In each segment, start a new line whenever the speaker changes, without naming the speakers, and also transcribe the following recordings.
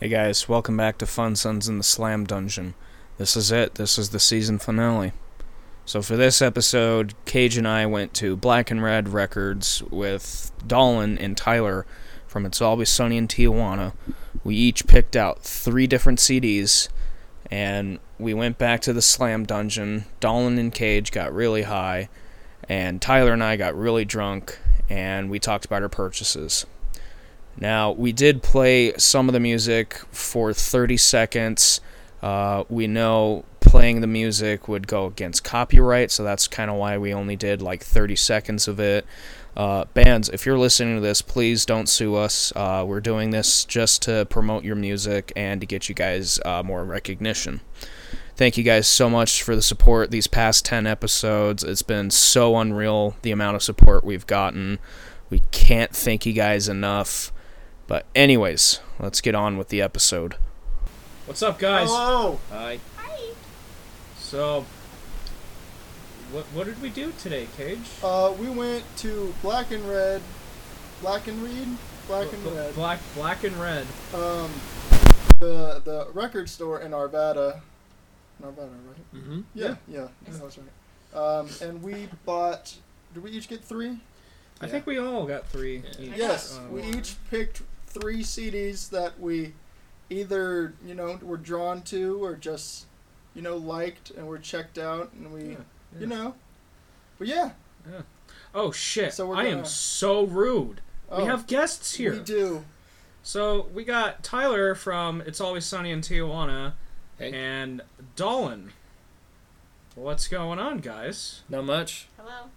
Hey guys, welcome back to Fun Sons in the Slam Dungeon. This is it. This is the season finale. So for this episode, Cage and I went to Black and Red Records with Dolan and Tyler from It's Always Sunny in Tijuana. We each picked out three different CDs, and we went back to the Slam Dungeon. Dolan and Cage got really high, and Tyler and I got really drunk, and we talked about our purchases. Now, we did play some of the music for 30 seconds. Uh, we know playing the music would go against copyright, so that's kind of why we only did like 30 seconds of it. Uh, bands, if you're listening to this, please don't sue us. Uh, we're doing this just to promote your music and to get you guys uh, more recognition. Thank you guys so much for the support these past 10 episodes. It's been so unreal the amount of support we've gotten. We can't thank you guys enough. But, anyways, let's get on with the episode. What's up, guys?
Hello.
Hi. Hi. So, what what did we do today, Cage?
Uh, we went to Black and Red, Black and Reed, Black and
Bl- bl-
Red,
Black black and red.
um, the the record store in Arvada, Arvada, right?
Mm-hmm.
Yeah, yeah, yeah, that's right. Um, and we bought. Did we each get three?
I think we all got three.
Yeah.
each.
I
Yes,
Uh,
we
one.
each picked three CDs that we either you know were drawn to or just you know liked and were checked out and we
Yeah, yeah.
you know, but yeah.
Oh shit!
So we're
I am
gonna-
so rude.
Oh,
we have guests here.
We do.
So we got Tyler from It's Always Sunny in Tijuana,
Hey.
and Dolan. What's going on, guys?
Not much.
Hello.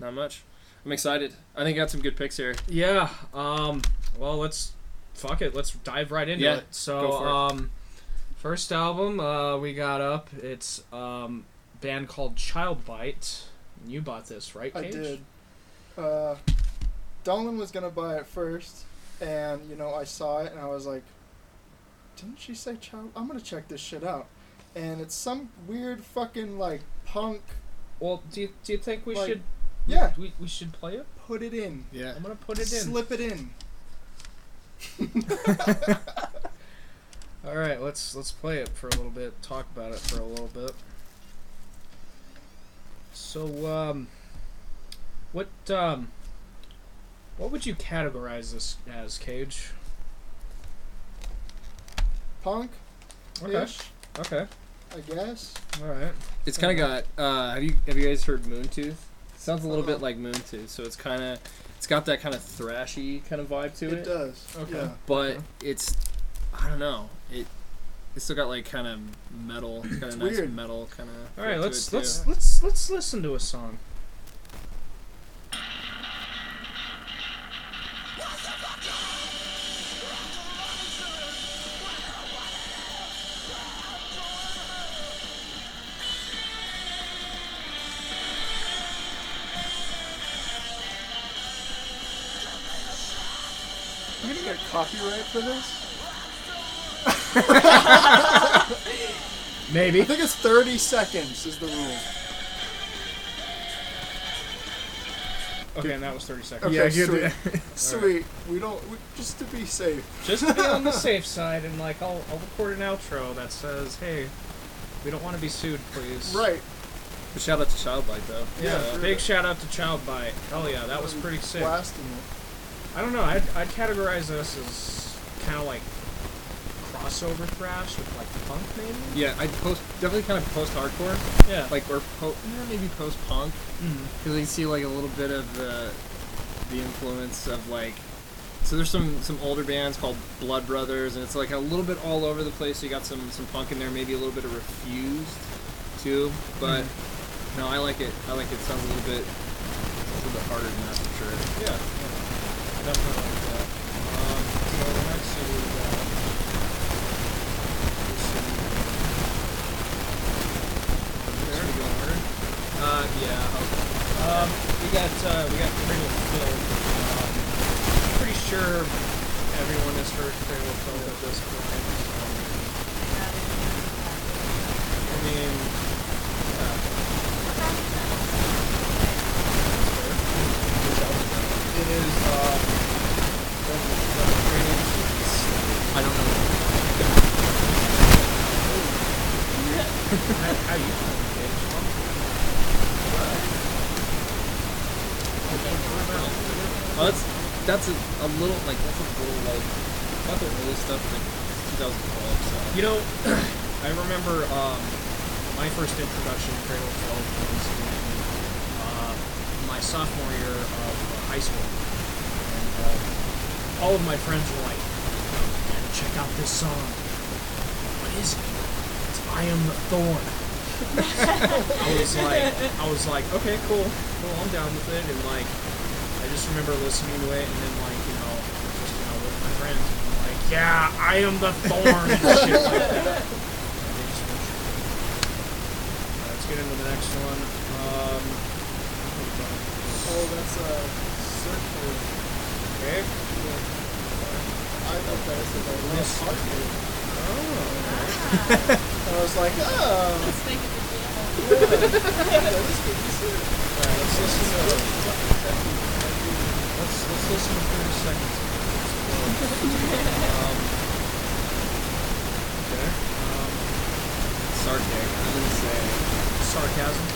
Not much. I'm excited. I think I got some good picks here.
Yeah. Um. Well, let's fuck it. Let's dive right into
Yeah,
it. So,
go for it.
um, first album uh, we got up. It's um band called Child Bite. You bought this, right?
I
Cage?
did. Uh, Dolan was gonna buy it first, and you know I saw it and I was like, "Didn't she say child? I'm gonna check this shit out." And it's some weird fucking like punk.
Well, do you, do you think we
Like-
should?
Yeah,
We, we should play it.
put it in.
Yeah.
I'm gonna put it in.
Slip it in.
All right, let's let's play it for a little bit. Talk about it for a little bit. So, um, what um, what would you categorize this as, Cage?
Punk
Okay.
ish,
Okay.
I guess.
All right.
It's kind of got. Uh, have you have you guys heard Moontooth? It sounds a little bit
Uh-huh.
like Moontooth, so it's kind of it's got that kind of thrashy kind of vibe to
It,
it.
does. uh-huh.
Okay.
Yeah.
But it's I don't know. It it's still got like kind of metal. It's got a nice
weird.
metal kind of.
All right. Let's
to it,
let's
too.
let's let's listen to a song.
You gonna get copyright for this? I
Maybe.
think it's 30 seconds is the rule.
Okay, and that was thirty seconds.
Yeah, good. Sweet. We don't. We, just to be safe.
Just to be on the safe side, and like I'll I'll record an outro that says, "Hey, we don't want to be sued, please."
Right.
But shout out to Childlike though.
Yeah.
Yeah,
big shout out to Child Bite. Hell yeah, that was pretty sick.
Blasting it.
I don't know. I'd, I'd categorize this as kind of like crossover thrash with like punk, maybe.
Yeah, I post definitely kind of post hardcore,
Yeah.
like or po- yeah, maybe post punk. Because you see like a little bit of the the influence of like so there's some some older bands called Blood Brothers and it's like a little bit all over the place. So you got some some punk in there, maybe a little bit of Refused too. But no, I like it. I like it. Sounds a little bit a little bit harder than that for sure.
yeah. I Definitely like that. Um, so the next CD we got. is in- There we go. Uh, yeah. Okay. Um, we got uh, we got Cradle of Filth. Um, pretty sure everyone has heard Cradle of Filth at this point. Um, I mean,
It is. Uh,
uh,
I don't know.
how, how you found the page?
Oh, that's that's a, a little like that's a little like about their early stuff like 2012. So
You know, I remember um, my first introduction to Cradle of Filth was in uh, my sophomore year of uh, high school. And uh, all of my friends were like, gotta check out this song. What is it? It's I Am the Thorn. I was like, I was like, okay, cool, cool, I'm down with it. And like, I just remember listening to it, and then like, you know, just you know, with my friends, and I'm like, yeah, I am the thorn and shit like that. And they just went, "Sure." Alright, Let's get into the next one. Um,
Oh, that's a circular.
okay.
I thought that was a little
Yes.
circular.
Oh.
And I was like, oh,
Let's make it the
yeah, that is good to see.
Alright, let's listen to let's let's listen to thirty seconds. um, okay. Um,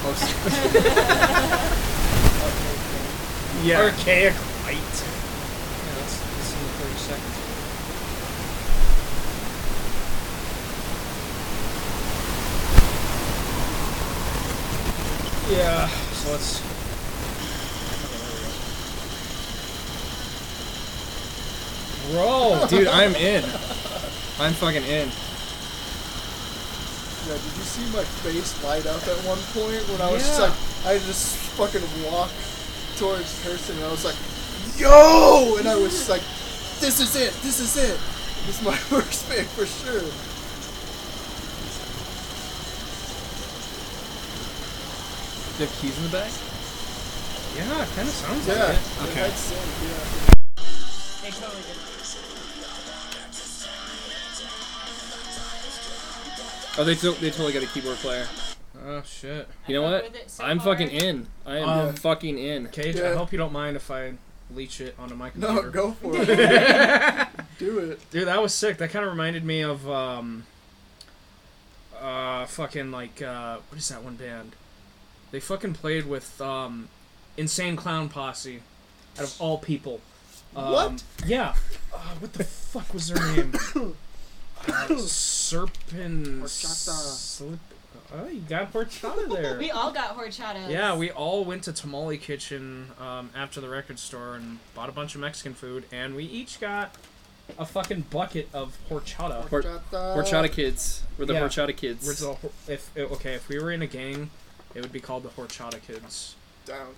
sarcastic. I'm gonna say.
sarcasm.
Oh, s-
Yeah. Archaic right. Yeah, let's listen to thirty seconds. Yeah. So let's.
Bro, dude, I'm in. I'm fucking in.
Yeah, did you see my face light up at one point when I was just
Yeah.
like, I just fucking walked towards the person and I was like, yo! And I was just like, this is it, this is it. This is my worst pick for sure.
Do you have keys in the bag?
Yeah, it kind of sounds
Yeah.
like it.
Okay.
That's it, yeah.
They totally did.
Oh, they to- they totally got a keyboard player.
Oh shit.
You know
I'm
what?
with it so
I'm fucking
hard.
in. I am
Um,
fucking in.
Cage, I
Yeah.
hope you don't mind if I leech it onto my computer.
No, go for it. Do it.
Dude, that was sick. That kind of reminded me of um, uh, fucking like uh, what is that one band? They fucking played with um, Insane Clown Posse, out of all people. Um,
What?
Yeah. Uh, what the fuck was their name? uh, Serpent.
Horchata.
Slip. Oh, you got horchata there.
We all got horchata.
Yeah, we all went to Tamale Kitchen um, after the record store and bought a bunch of Mexican food, and we each got a fucking bucket of horchata.
Hor-
Horchata.
Horchata kids. We're the
yeah.
horchata kids.
Which is a hor- if it- okay, if we were in a gang, it would be called the horchata kids.
Down.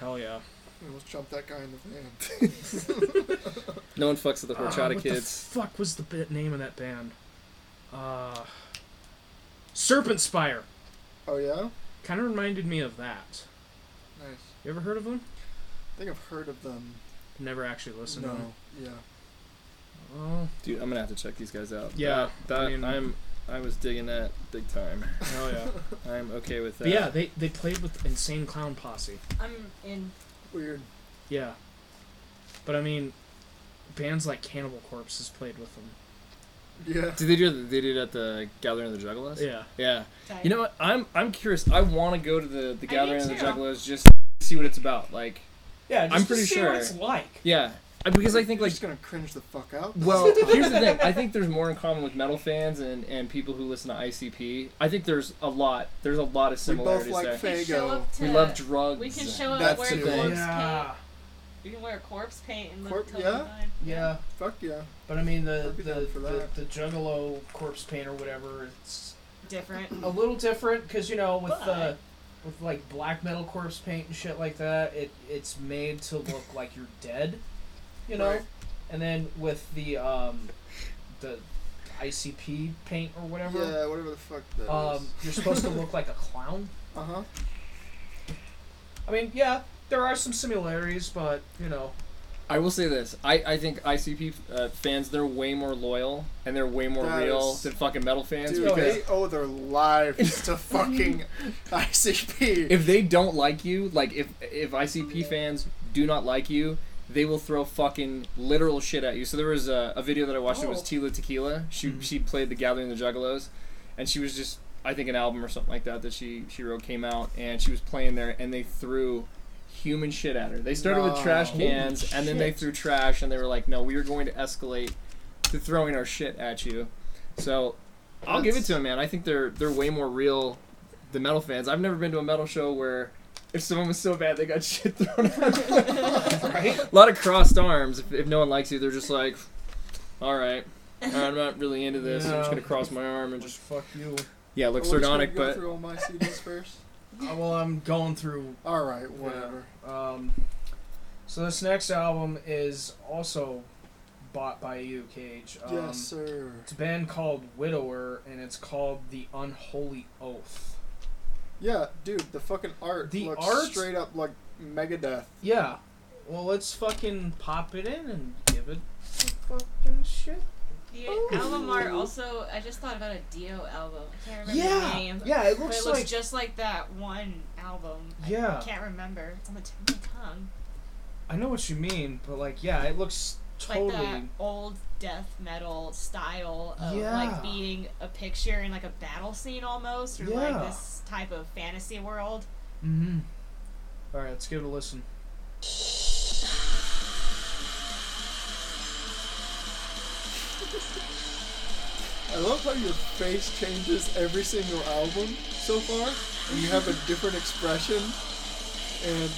Hell yeah.
I almost jumped that guy in the van.
no one fucks with the
Ah,
horchata
what
kids.
the fuck was the bit name of that band? Uh, Serpent Spire.
oh, yeah?
Kind of reminded me of that.
Nice.
You ever heard of them?
I think I've heard of them.
Never actually listened to them.
No. Yeah.
Oh,
Dude, I'm gonna have to check these guys out.
Yeah,
That, that-
I mean-
I'm. I was digging that big time.
hell yeah.
I'm okay with that.
but yeah, they, they played with Insane Clown Posse.
I'm in.
Weird.
Yeah. But I mean, bands like Cannibal Corpse has played with them.
Yeah.
Did they do it? They did it at the Gathering of the Juggalos.
Yeah.
Yeah.
Tight.
You know what? I'm I'm curious. I want to go to the the
do
Gathering of the
too.
Juggalos just to see what it's about. Like,
Yeah,
just I'm to pretty see what sure. it's
like.
yeah, I- because I think
You're
like.
just gonna cringe the fuck out.
Well, here's the thing. I think there's more in common with metal fans and, and people who listen to ICP. I think there's a lot. There's a lot of
we both
similarities
like
there.
We can show
Fago.
up to-
We love drugs.
We can show up
That's
wearing
it.
corpse
Yeah.
paint. We can wear corpse paint and look
Corp-
totally
yeah?
fine.
Yeah.
Fuck yeah.
But I mean, the
I'd be down
the,
for
the,
that.
the Juggalo Corpse Paint or whatever, it's
Different.
a little different because, you know, with
But-
Uh, with like black metal corpse paint and shit like that, it it's made to look like you're dead, you know.
Right.
And then with the um, the ICP paint or whatever,
Yeah, whatever the fuck that is.
um, you're supposed to look like a clown.
uh huh.
I mean, yeah, there are some similarities, but you know,
I will say this. I, I think ICP uh, fans, they're way more loyal and they're way more
That
real
is-
than fucking metal fans.
Dude,
go
because
they owe their lives to fucking ICP.
if they don't like you, like if if ICP fans do not like you, they will throw fucking literal shit at you. So there was a, a video that I watched. It was
Oh.
Tila Tequila. She she played the Gathering of the Juggalos, and she was just I think an album or something like that that she she wrote came out, and she was playing there, and they threw human shit at her. They started with trash
No.
cans, and then they
Shit.
threw trash, and they were like, "No, we are going to escalate to throwing our shit at you." So, I'll give it to them, man. I think they're they're way more real than metal fans. I've never been to a metal show where if someone was so bad they got shit thrown at them. right? A lot of crossed arms. If, if no one likes you, they're just like, "All right." I'm not really into this. I'm just
Yeah.
gonna cross my arm and
Just
just
fuck you.
yeah,
Are
look
we Oh, just gonna
sardonic,
go
but
through all my CDs first.
Uh, well, I'm going through
All right, whatever.
Um, so this next album is also bought by you, Cage. Um,
yes, sir.
It's a band called Widower, and it's called The Unholy Oath.
Yeah, dude, the fucking art
The
looks
art-
straight up like Megadeth.
Yeah. Well, let's fucking pop it in and give it some fucking shit.
The album art also, I just thought about a Dio album. I can't remember the name.
Yeah, it
But
looks
it looks
like.
just like that one album. I
yeah,
can't remember. It's on the tip of my tongue.
I know what you mean, but like, yeah, it looks totally.
Like that old death metal style of
Yeah.
like being a picture in like a battle scene almost, or
Yeah.
like this type of fantasy world.
Mm-hmm. All right, let's give it a listen.
I love how your face changes every single album so far, and you have a different expression. And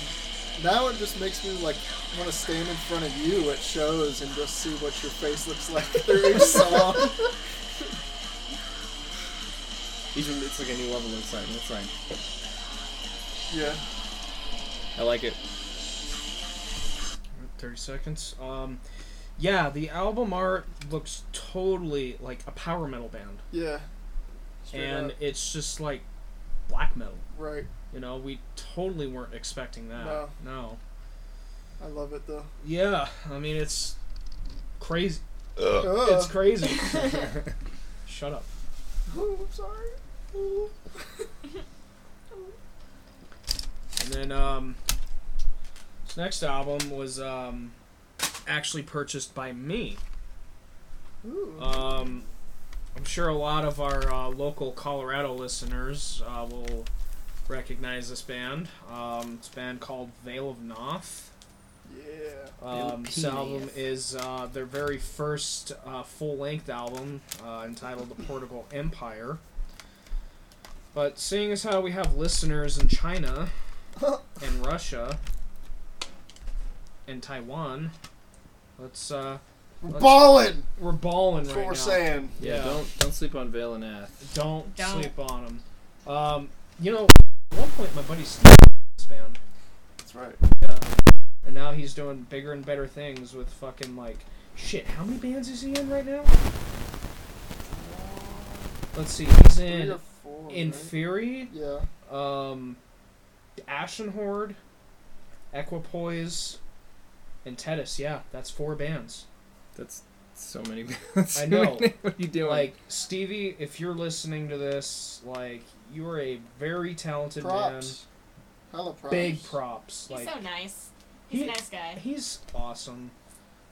now it just makes me like want to stand in front of you at shows and just see what your face looks like through each song.
even it's like a new level of excitement. It's fine.
Yeah.
I like it.
30 seconds. Um, yeah, the album art looks totally like a power metal band.
Yeah. Straight
and
up.
it's just like black metal.
right.
You know, we totally weren't expecting that.
No.
No.
I love it though.
Yeah, I mean, it's crazy.
Ugh.
It's crazy. Shut up.
Ooh, I'm sorry. Ooh.
And then, um, this next album was, um, actually purchased by me.
Ooh.
Um, I'm sure a lot of our uh, local Colorado listeners uh, will recognize this band. Um, it's a band called Veil of Noth.
yeah.
Um, this album is uh, their very first uh, full length album uh, entitled The Portugal Empire. But seeing as how we have listeners in China and Russia and Taiwan, let's uh,
We're
Let's-
balling.
we're balling right
That's what we're
now.
saying.
Yeah,
Yeah.
don't don't sleep on Vale and Ath.
Don't,
Don't.
sleep on them. Um, you know, at one point my buddy Steve was in this band,
That's right.
and now he's doing bigger and better things with fucking like shit. How many bands is he in right now? Let's see. He's
Three
in
or four.
In
right?
Fury,
yeah.
um, Ashen Horde, Equipoise, and Tethys. Yeah, that's four bands.
That's so many. That's
I
so
know.
many- what are you doing?
Like Stevie, if you're listening to this, like you are a very talented
Props. Hella
man.
props.
Big props.
He's
like
so nice. He's
He-
a nice guy.
He's awesome.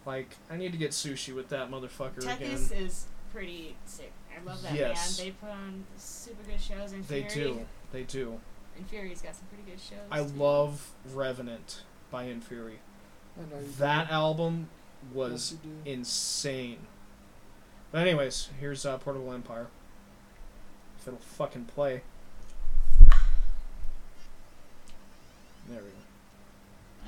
Like, I need to get sushi with that motherfucker again.
Tethys is pretty sick. I love that
Yes.
man. They put on super good shows in
They
Fury.
do. They do.
And Fury's got some pretty good shows.
I love Revenant by Inferi.
I know you
That album
do.
was
Yes, you do.
insane. But anyways, here's uh, Portable Empire. If it'll fucking play. There we go.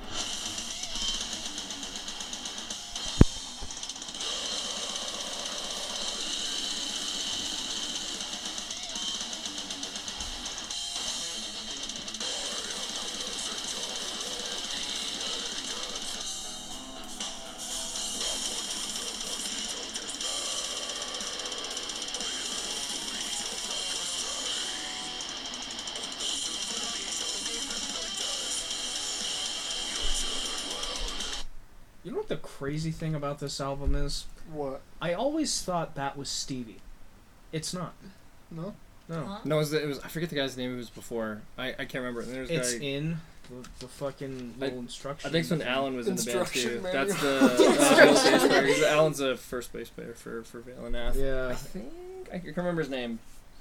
You know what the crazy thing about this album is?
What?
I always thought that was Stevie. It's not.
No.
No.
Huh?
no, it was, it was I forget the guy's name. It was before. I, I can't remember. And there's a
It's
guy-
in the, the fucking
I-
little instruction.
I think it's when Alan was in the band
Instruction
too.
manual.
That's the uh, Vale bass player. He's- Alan's a first bass player for for Vale and Ath. I
Yeah.
think I can't remember his name.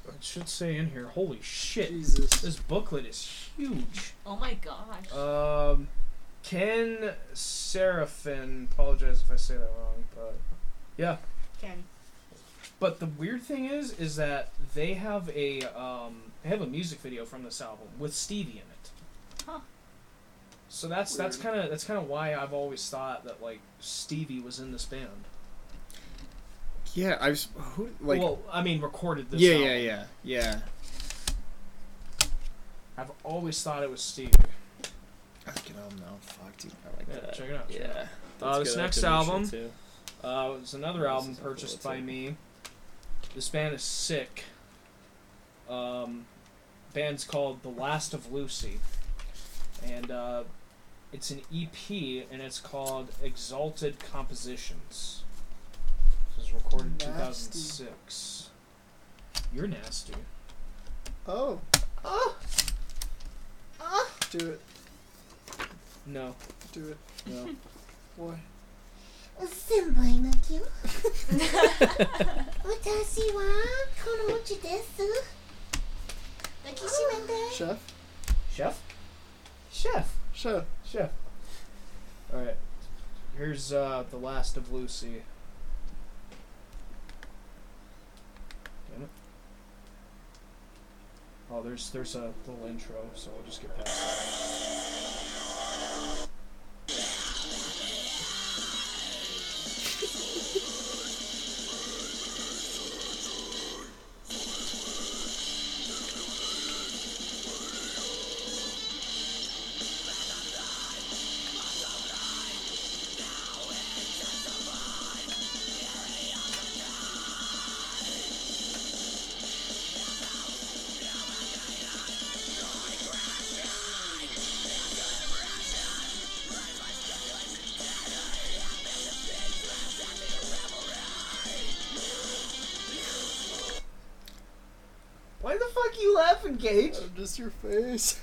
It should say in here. Holy shit.
Jesus.
This booklet is huge.
Oh my gosh.
Um, Ken Seraphin. Apologize if I say that wrong, but yeah.
Ken.
But the weird thing is, is that they have a um, they have a music video from this album with Stevie in it.
Huh.
So that's that's
Weird.
kind of that's kind of why I've always thought that like Stevie was in this band.
Yeah, I've s- who like
well, I mean, recorded this.
yeah,
album.
yeah, yeah, yeah.
I've always thought it was Stevie.
I can um now. Fuck, dude, I like
Yeah,
that.
check it out. check it Uh,
Yeah. That's
this
good. I
next
can do shit,
album-
too.
Uh, it's another
This
album
is helpful,
purchased
that's
by
it.
me. This band is sick. Um, band's called The Last of Lucy, and uh, it's an EP, and it's called Exalted Compositions. This was recorded in
Nasty.
2006. You're nasty.
Oh. Do it.
No,
Do it.
no.
Why?
先輩泣きよ私はこのうちです抱きしめて
Chef?
Chef. Chef.
Chef.
Chef. All right. Here's uh, the last of Lucy. Damn it. Oh, there's there's a little intro, so we'll just get past
Why the fuck you laughing, Gage?
Uh, just your face.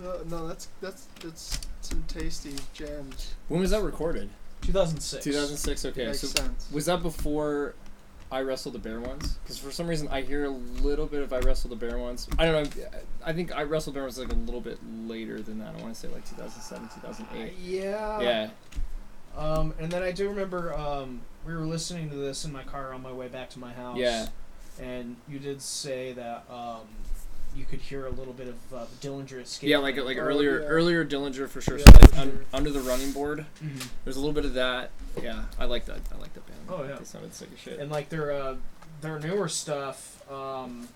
no, no, that's that's that's some tasty jams.
When was that recorded?
that. 2006.
2006. Okay,
Makes
so
sense.
was that before I wrestled the bear once? Because for some reason I hear a little bit of I wrestled the bear once. I don't know. I think I wrestled the bear was like a little bit later than that. I want to say like 2007, 2008.
Uh, Yeah.
yeah.
Um, and then I do remember um, we were listening to this in my car on my way back to my house.
Yeah.
And you did say that um, you could hear a little bit of uh, Dillinger escape.
Yeah, like like
Oh,
earlier
yeah.
earlier Dillinger for sure.
Yeah,
so like,
for
un-
sure.
under the running board.
Mhm.
There's a little bit of that. Yeah, I like that. I like that band.
Oh, yeah.
They sounded sick as shit.
and like their uh, their newer stuff, um,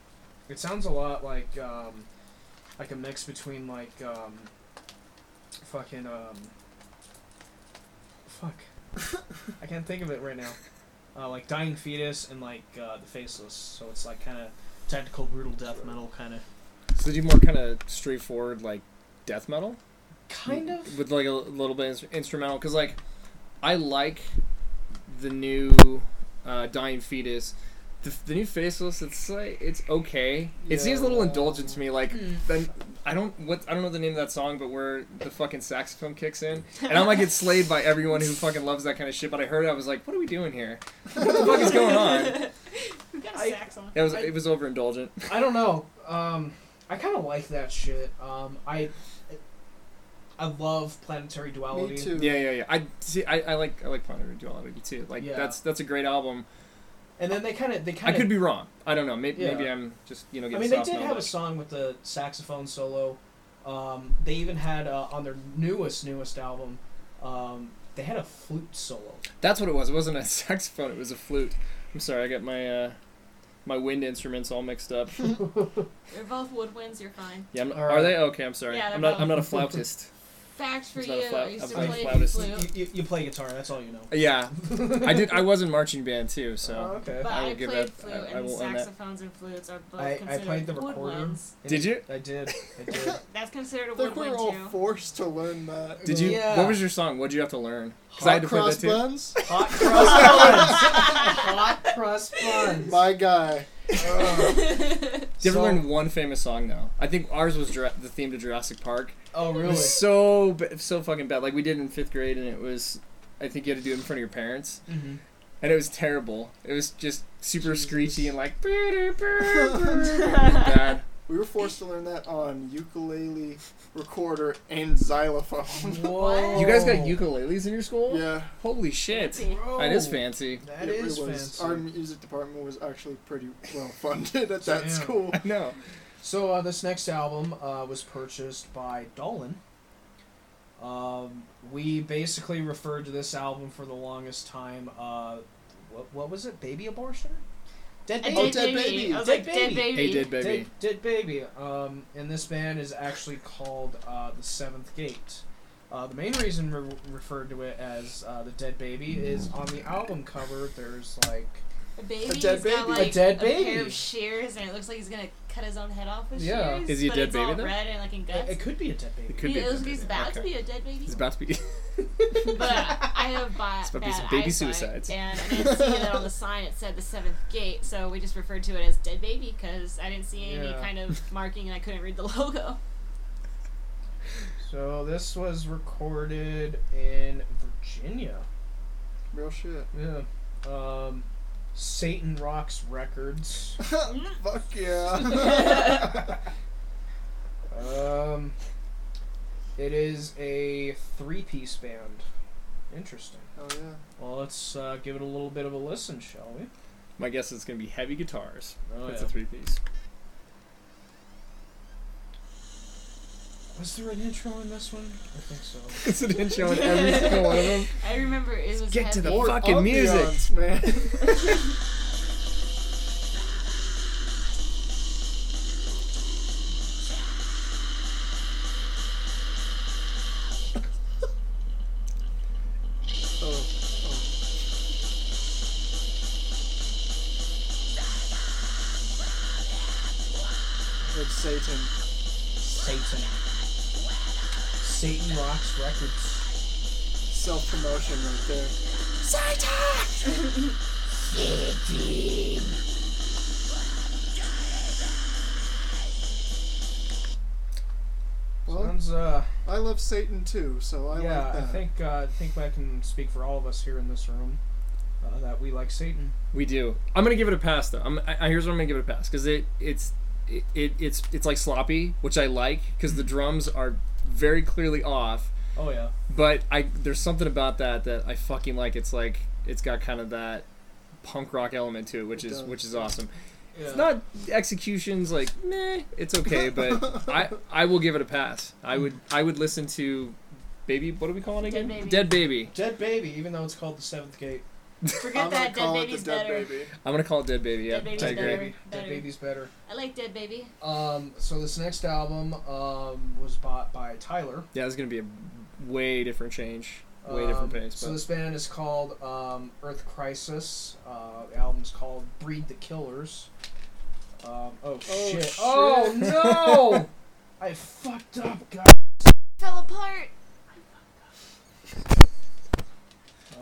it sounds a lot like um, like a mix between like um, fucking um, fuck, I can't think of it right now. Uh, like dying fetus and like uh, the faceless, so it's like kind of tactical brutal death metal kind of
so they do more kind of straightforward like death metal.
kind of
with like a little bit instr- instrumental because like I like the new uh, dying fetus. The, the new faceless, it's like it's okay. It seems a little
Yeah.
indulgent to me. Like then I don't what I don't know the name of that song, but where the fucking saxophone kicks in, and I'm like it's slayed by everyone who fucking loves that kind of shit. But I heard it, I was like, what are we doing here? What the fuck is going on?
You got a
I-
sax on.
It was it was overindulgent.
I don't know. Um, I kind of like that shit. Um, I I love planetary duality.
Me too.
Yeah, yeah, yeah. I see. I, I like I like Planetary Duality too. Like
Yeah.
that's that's a great album.
And then they kind of they kind
I
of
could be wrong. I don't know. Maybe,
Yeah.
maybe I'm just you know
I
getting
mean, they
soft
did have a
knowledge.
song with the saxophone solo. Um, they even had uh, on their newest newest album, um, they had a flute solo.
That's what it was. It wasn't a saxophone. It was a flute. I'm sorry. I got my uh, my wind instruments all mixed up.
They're both woodwinds, you're fine.
Yeah, I'm,
All
are
right.
they? Okay, I'm sorry.
Yeah, they're
I'm not. I'm
both.
not a flautist.
Facts for
Is
you.
that a fla-
I used to
a
play the
flautist?
You,
flute,
you, you play guitar. That's all you know.
Uh, yeah, I did. I was in marching band too.
Oh,
So
okay.
but
I will
I,
give
played
that-
flute,
I- I
and
will own that.
saxophones and flutes are both
I- I
considered
played the recorder.
woodwinds.
did you?
I did. I did.
That's considered a
I think we
woodwind
were all
too.
forced to learn that.
Did you?
Yeah.
What was your song? What'd you have to learn? Because
Hot
I had to play
cross
that too.
buns?
Hot cross buns. Hot cross buns.
My guy.
Did you ever
So-
learn one famous song though? I think ours was Jura- the theme to Jurassic Park.
Oh
It
really?
was so ba- so fucking bad. Like we did it in fifth grade, and it was. I think you had to do it in front of your parents.
Mhm.
and it was terrible. It was just super
Jesus.
screechy and like. bad.
We were forced to learn that on ukulele, recorder, and xylophone.
Whoa.
You guys got
Oh.
ukuleles in your school?
yeah,
Holy shit.
Whoa.
That is fancy.
That
it,
is
it was.
fancy.
Our music department was actually pretty well funded at that
Damn.
school.
I know.
So uh, this next album uh, was purchased by Dolan. Um, we basically referred to this album for the longest time. Uh, what, what was it? Baby abortion? Dead
A
baby.
Oh,
dead,
Dead
baby.
Baby.
I was
Dead
like, dead
Baby.
baby.
Hey, did baby.
Dead, Dead Baby. Um, and this band is actually called uh, The Seventh Gate. Uh, the main reason we referred to it as uh, The Dead Baby is on the album cover, there's like.
A baby.
A
he's
dead
got
baby.
like
A dead baby.
pair of shears, and it looks like he's gonna cut his own head off with
Yeah.
shears.
Is he a
but
dead
it's
baby,
all
though?
red and like in
It,
guts.
it could be a dead baby.
Could be
He-
a
he's
dead baby.
about to
Okay.
be a dead baby.
It's about to be.
but I have bought
It's about
bad
these baby
eyesight,
suicides.
and I didn't see that on the sign. It said the seventh gate, so we just referred to it as dead baby because I didn't see any
Yeah.
kind of marking and I couldn't read the logo.
So this was recorded in Virginia.
Real shit.
Yeah. Um, Satan Rocks Records.
Fuck yeah.
um, it is a three-piece band. Interesting.
Hell yeah.
Well, let's uh, give it a little bit of a listen, shall we?
My guess is it's going to be heavy guitars.
Oh,
That's
yeah.
a three piece.
Was there an intro in this one? I think so.
It's an intro in every single one of them.
I remember it was
Get to the
heavy.
fucking music.
Ambiance, man. oh, oh. Good Satan.
Satan. Satan Rocks Records.
Self promotion right there. Well,
Sounds uh.
I love Satan too, so I
yeah,
like that.
I think uh, I think I can speak for all of us here in this room uh, that we like Satan.
We do. I'm gonna give it a pass though. I'm, I, I- here's what I'm gonna give it a pass because it it's it, it it's it's like sloppy, which I like because
Mm-hmm.
the drums are very clearly off.
Oh yeah,
But I there's something about that that I fucking like. It's like it's got kind of that punk rock element to it, which
It
is
does.
which is awesome.
yeah.
It's not executions like meh. It's okay, but I I will give it a pass. I would I would listen to. Baby, what do we call it
Dead
again?
Baby.
Dead baby.
Dead Baby, even though it's called the Seventh Gate.
Forget
I'm gonna
that dead
call it
baby's
the dead
better.
baby.
I'm gonna call it Dead Baby. Yeah,
Dead Baby's
I
Dead
agree.
better.
Baby, Dead
Better.
Baby's better.
I like dead baby.
Um, so this next album um, was bought by Tyler.
Yeah, it's gonna be a way different change, way different
Um,
pace. But
So this band is called um, Earth Crisis. Uh, the album's called Breed the Killers. Um, oh, shit.
shit.
Oh no! I fucked up, guys.
Fell apart.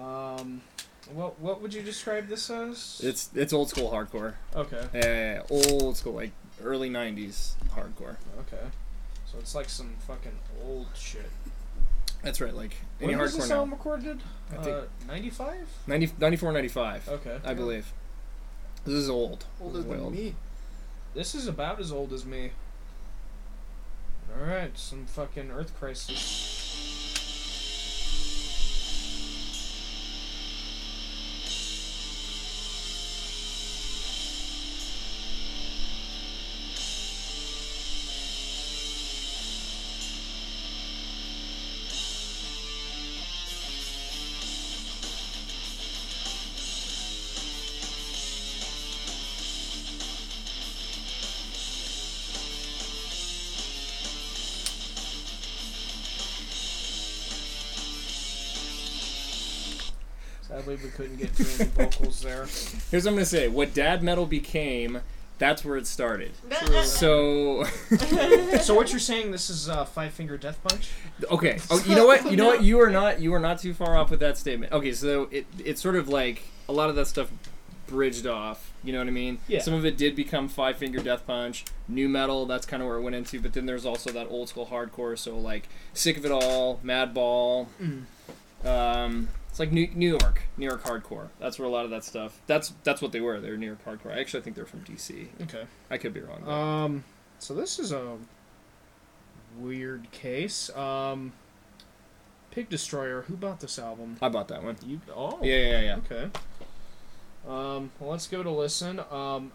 Um, what what would you describe this as?
it's it's old school hardcore.
okay.
Yeah, yeah, yeah, old school, like early '90s hardcore.
Okay. So it's like some fucking old shit.
That's right, like any
when was
hardcore
this
now.
album recorded?
I think-
Uh, 95?
90, 94, 95,
Okay.
I believe. This is old.
Older
Way
than
old.
me.
This is about as old as me. Alright, some fucking Earth Crisis. Sadly, we couldn't get through any vocals there.
Here's what I'm gonna say: what dad metal became, that's where it started.
True.
So,
So what you're saying, this is uh, Five Finger Death Punch?
okay. Oh, you know what? You know what? You are not you are not too far off with that statement. Okay, so it it's sort of like a lot of that stuff bridged off. You know what I mean?
Yeah.
Some of it did become Five Finger Death Punch, new metal. That's kind of where it went into. But then there's also that
Mm.
old school hardcore. So like Sick of It All, Madball, um, It's like New, New York, New York hardcore. That's where a lot of that stuff. That's that's what they were. They were New York hardcore. I actually think they're from DC.
Okay.
I could be wrong. though.
Um, so this is a weird case. Um, Pig Destroyer. Who bought this album?
I bought that one.
You. Oh.
Yeah, yeah, yeah.
Okay. Um, well, let's go to listen. Um,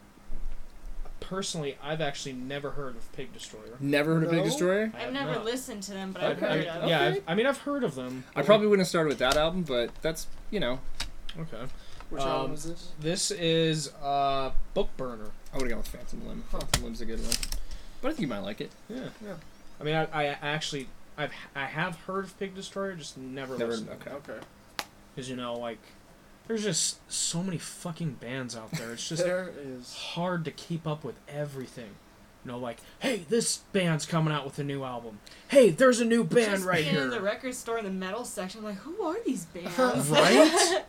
personally, I've actually never heard of Pig Destroyer.
Never heard of Big
No?
Destroyer.
I
I've
have
never
not.
listened to them, but I've
Okay.
heard of. them.
Yeah,
Okay.
I've, I mean, I've heard of them.
I probably wouldn't have started with that album, but that's you know
Okay.
Which
Um,
album is this?
This is uh, Book Burner.
I would have gone with Phantom Limb. Phantom Limb's a good one, but I think you might like it.
Yeah.
Yeah.
I mean, I, I actually, I've, I have heard of Pig Destroyer, just never,
Never.
listened.
Okay.
Okay.
Because you know, like, there's just so many fucking bands out there. It's just
There is.
hard to keep up with everything. You know, like, hey, this band's coming out with a new album. Hey, there's a new band
Just
right
being
here.
in the record store in the metal section, I'm like, who are these bands?
Right?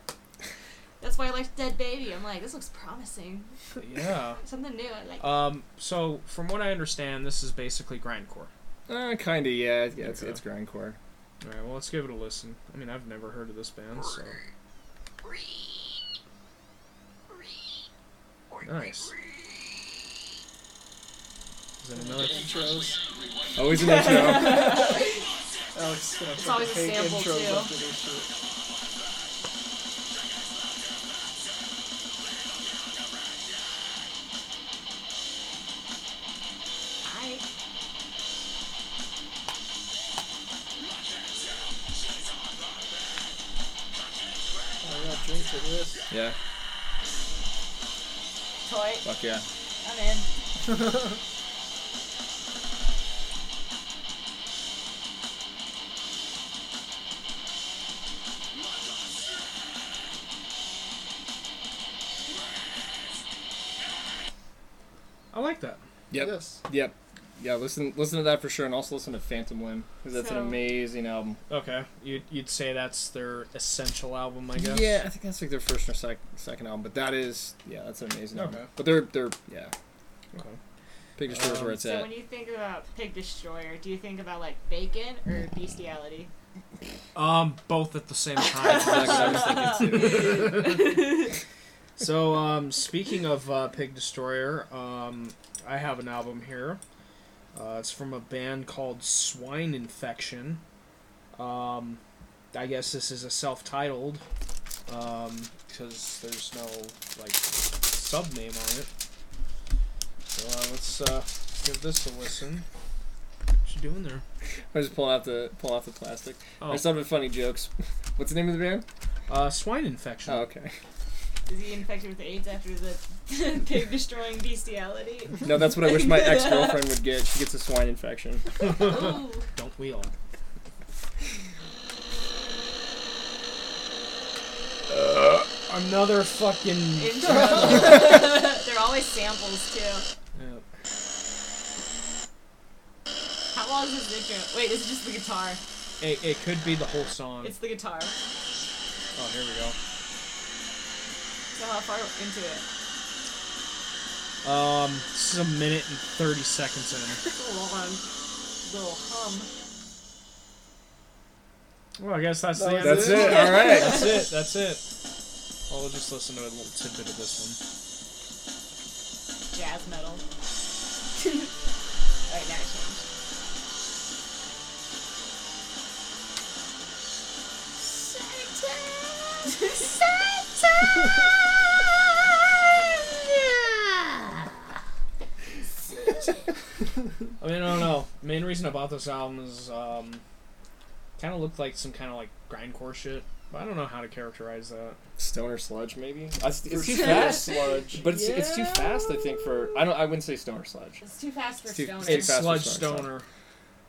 That's why I liked Dead Baby. I'm like, this looks promising.
yeah.
Something new. I like.
Um. So, from what I understand, this is basically grindcore.
Uh, kinda. Yeah. Yeah. It's,
Okay.
it's grindcore.
All right. Well, let's give it a listen. I mean, I've never heard of this band, so nice. Is that another?
Intros.
Always an intro.
Alex is gonna
It's always a
hate
sample,
intros
too.
after this shit.
I
Oh, yeah, drink to this.
yeah.
toy.
Fuck yeah.
I'm in.
I like that.
Yep.
Yes.
Yep. Yeah, listen listen to that for sure, and also listen to Phantom Limb because that's
So-
an amazing album.
Okay. You'd you'd say that's their essential album, I guess.
Yeah, I think that's like their first or sec- second album, but that is yeah, that's an amazing album.
Okay.
But they're they're yeah,
Okay.
Picture Store is
Um,
where it's
So
at.
when you think about Pig Destroyer, do you think about like bacon or bestiality?
Um, both at the same time.
That's what I was thinking too.
so, um, speaking of uh, Pig Destroyer, um, I have an album here. Uh, it's from a band called Swine Infection. Um, I guess this is a self-titled, um, because there's no like sub name on it. So uh, let's uh, give this a listen. What you doing there?
I was just pulling out the pull out the plastic.
Oh.
There's some funny jokes. What's the name of the band?
Uh, swine infection.
Oh, okay.
Is he infected with AIDS after the pig destroying bestiality?
No, that's what I wish my ex girlfriend would get. She gets a swine infection.
Ooh.
Don't we all? Uh, Another fucking.
Intro. They're always samples too.
Yeah.
How long is this intro? Wait, this is just the guitar.
It, it could be the whole song.
It's the guitar.
Oh, here we
So how far into it?
go. Um, this is a minute and 30 seconds
It's a long little hum.
in. Well, I guess that's the
That
end
was
That's
of
it. All right.
That's it. That's it. Well, we'll just listen to a little tidbit of this
Jazz metal. Alright, now it changed.
Satan! Satan!
one. I mean, I don't know. Main reason I bought this album is, um, kind of looked like some kind of like grindcore shit. But I don't know how to characterize that.
Stoner sludge, maybe. I, it's
For
it's too
sure.
fast,
Sludge.
but it's it's too fast. I think for I don't. I wouldn't say stoner sludge.
It's too fast for
It's too-
stoner.
it's
It's
fast for
Sludge
stoner.
Stoner.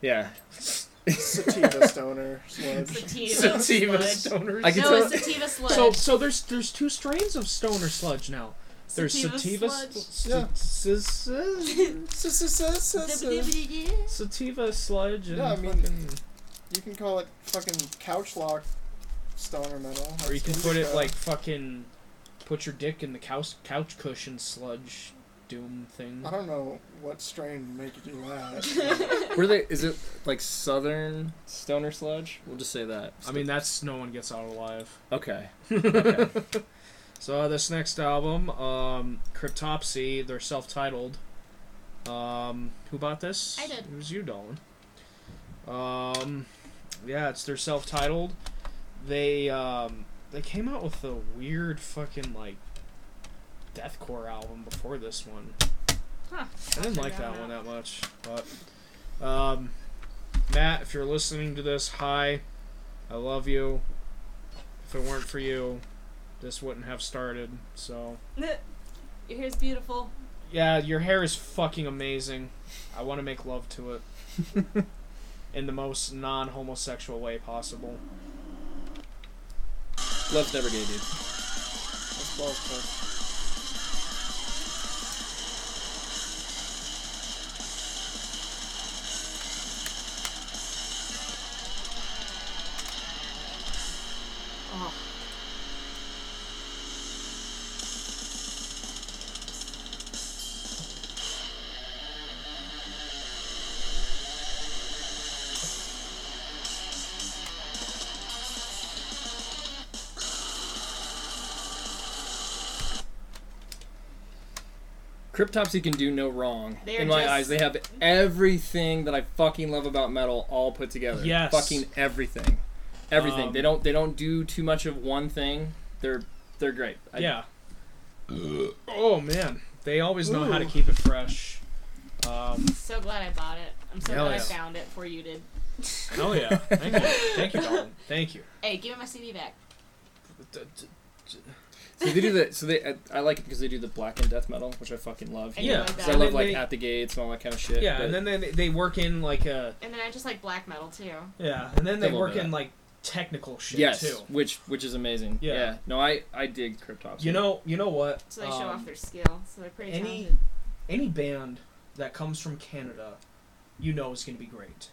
Yeah.
Sativa stoner. Sludge.
sativa. sludge.
Stoner.
I can
No,
tell-
it's sativa sludge.
So so there's there's two strains of stoner sludge now. There's sativa
Sativa
sl-
Yeah.
s- s-
S- s- s- s- s-
Sludge.
sativa sludge and
Yeah, I mean-
fucking-
You can call it fucking couch lock stoner metal.
or you
That's
can
what
put
we
it
call
like fucking put your dick in the couch couch cushion sludge doom thing.
I don't know what strain made you do that.
Were they? Is it like southern stoner sludge? We'll just say that.
I mean, that's no one gets out alive.
okay.
So uh, this next album, um, Cryptopsy, they're self-titled. Um, who bought this?
I did.
It was you, Dolan. Um, yeah, it's their self-titled. They um, they came out with a weird fucking like deathcore album before this one.
Huh.
I didn't
check
like
that
that one
one
that much, but um, Matt, if you're listening to this, hi, I love you. If it weren't for you, this wouldn't have started. So
Your hair's beautiful.
yeah, your hair is fucking amazing. I want to make love to it in the most non-homosexual way possible.
Love's never gay, dude.
That's balls
Oh.
Cryptopsy can do no wrong.
They are
in my
just-
eyes, they have everything that I fucking love about metal all put together.
Yes.
Fucking everything. Everything.
Um,
they don't they don't do too much of one thing. They're they're great. I-
yeah. Oh man, they always know how to keep it fresh. Um,
So glad I bought it. I'm so
Hell
glad I
yeah.
found it for you did.
hell yeah! Thank you, thank you, Dalton. Thank you.
Hey, give me my CD back.
D- d-
So they do the so they I, I like it because they do the black and death metal, which I fucking love.
And you
Yeah,
like
'Cause
that.
I love
And
like
they-
at the gates and all that kind of shit.
Yeah,
but-
and then they they work in like a
And then I just like black metal too.
Yeah, and then they
Double
work
that.
in like technical shit
yes,
too.
which which is amazing.
Yeah.
Yeah. No, I I dig Cryptopsy.
You know, you know what?
So they show
Um,
off their skill. So they're pretty
any-
talented.
Any band that comes from Canada, you know is gonna be great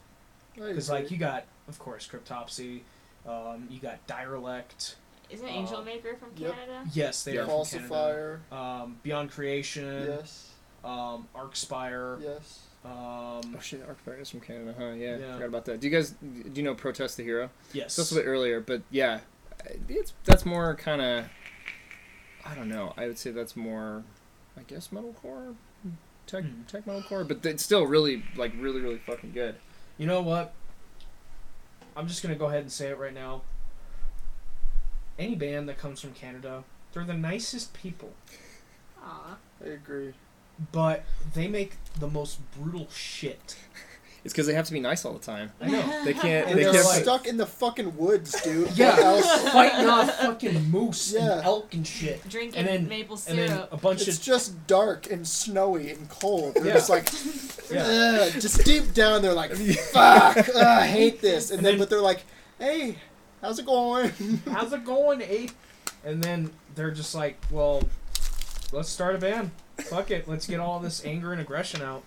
because like you got, of course, Cryptopsy. Um, you got Direlect.
Isn't
uh,
Angel Maker from
yep.
Canada?
Yes, they
Yeah.
are from Canada.
falsifier.
Um, Beyond Creation.
Yes.
Um, Arcspire.
Yes.
Um,
Oh shit, Arcfire is from Canada, huh? Yeah,
Yeah.
forgot about that. Do you guys do you know Protest the Hero?
yes.
Just a bit earlier, but yeah, it's that's more kind of. I don't know. I would say that's more, I guess, metalcore, tech
Hmm.
tech metalcore, but it's still really like really really fucking good.
You know what? I'm just gonna go ahead and say it right now. Any band that comes from Canada, they're the nicest people.
Aw.
I agree.
but they make the most brutal shit.
It's because they have to be nice all the time.
I know.
They can't.
And
they
they are
can't.
like-
stuck in the fucking woods, dude. What
Yeah.
else?
Fighting off fucking moose
Yeah.
and elk and shit.
Drinking
And then-
maple syrup.
And then a bunch
It's
of
just dark and snowy and cold. They're
Yeah.
just like,
yeah.
ugh, just deep down, they're like, fuck, ugh, I hate this. And,
And
then,
then-
but they're like, hey, how's it going?
How's it going, eight? And then they're just like, well, let's start a band. Fuck it, let's get all this anger and aggression out.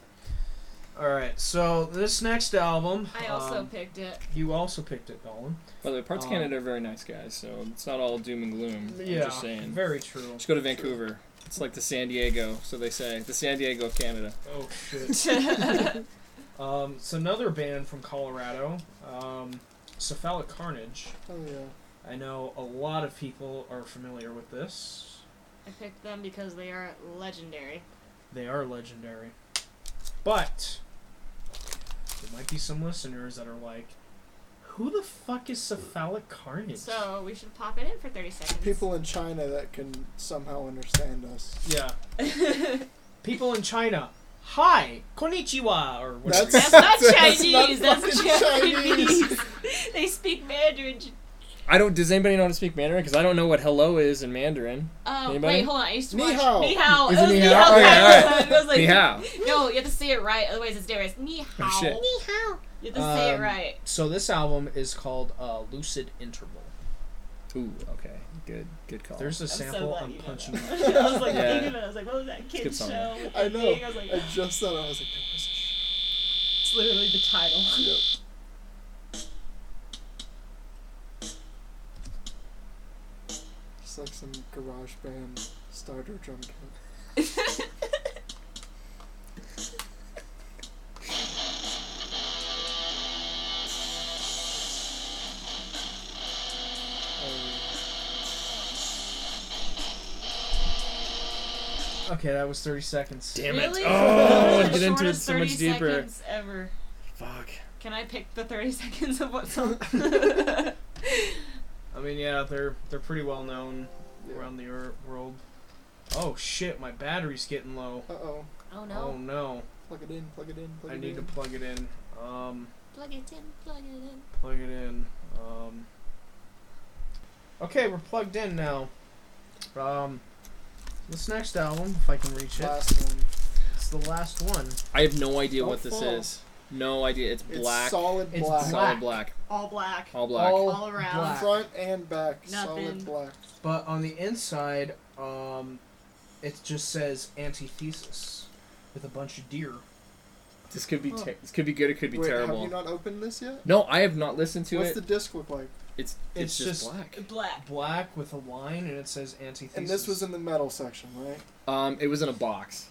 All right, so this next album,
I also
um,
picked it.
you also picked it, Dolan.
By the way, parts of
Um,
Canada are very nice guys, so it's not all doom and gloom. I'm just saying.
very true.
just go to Vancouver. It's like the San Diego, so they say. The San Diego of Canada.
Oh shit. um, it's another band from Colorado, um, Cephalic Carnage.
Oh, yeah.
I know a lot of people are familiar with this.
I picked them because they are legendary.
They are legendary. But there might be some listeners that are like, who the fuck is Cephalic Carnage?
So we should pop it in for 30 seconds.
People in China that can somehow understand us.
yeah. people in China. Hi, konnichiwa, or whatever.
That's
That's-
not
That's
Chinese.
not
That's
fucking
Japanese. they speak Mandarin.
I don't. Does anybody know how to speak Mandarin? Because I don't know what hello is in Mandarin.
Oh,
Anybody?
wait, hold on. I used to
Ni
watch
hao.
Ni hao.
Is
it
it
was
ni
Ni
hao?
hao.
Okay,
back.
alright.
It was like,
Ni hao.
No, you have to say it right, otherwise it's different. It's Ni hao.
Oh, shit.
Ni hao.
You have to say it
Um,
right.
So this album is called uh, Lucid Interval.
Ooh, okay, good, good
Oh,
call.
There's a
I'm so
sample
glad
I'm
you know
punching.
that. I was like,
Yeah.
thinking about it. I was like, what was that
good
kid's
song.
show? with
I
that
know.
thing? I was like,
I just thought, I was like, that was
it's literally the title.
just like some garage band starter drum kit.
Okay, that was 30 seconds.
Damn
really?
it.
Oh,
The
get into it
shortest
so much
30
deeper.
seconds ever.
Fuck.
Can I pick the 30 seconds of what song?
I mean, yeah, they're they're pretty well known
Yeah.
around the er- world. Oh shit, my battery's getting low.
Uh oh.
oh
Oh
no.
no,
Plug it in. Plug it in. Plug
I
it
need
in.
to plug it in. Um,
Plug it in, plug it in.
plug it in. Um. Okay, we're plugged in now. Um, this next album, if I can reach it,
Last one.
it's the last one.
I have no idea
Don't
what this
fall.
is. No idea. It's
It's
black.
solid
It's
black.
Solid black.
All black.
All black.
All
All around.
black.
Front and back.
Nothing.
Solid black.
But on the inside, um, it just says antithesis with a bunch of deer.
This could be ter- this could be good. It could be
Wait,
terrible.
have you not opened this yet?
no, I have not listened to
What's
it.
the disc look like?
It's
It's
it's, just,
just-
black.
Black.
Black with a line, and it says antithesis.
And this was in the metal section, right?
Um, it was in a box.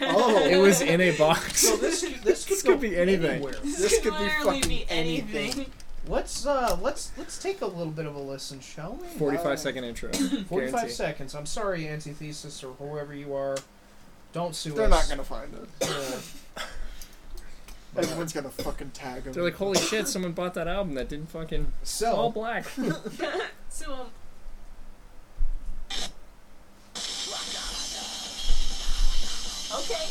Oh.
It was in a box.
So this this could,
This could
go
be anything.
anywhere.
This could be
literally
fucking
be anything.
Let's uh let's let's take a little bit of a listen, shall we?
Wow.
Forty-five second intro.
Forty five
Guarantee.
seconds. I'm sorry, antithesis or whoever you are. Don't sue
They're not
us.
gonna find it. Everyone's gonna fucking tag them.
They're like, holy shit! Someone bought that album that didn't fucking. It's all
So
black.
So um, Okay.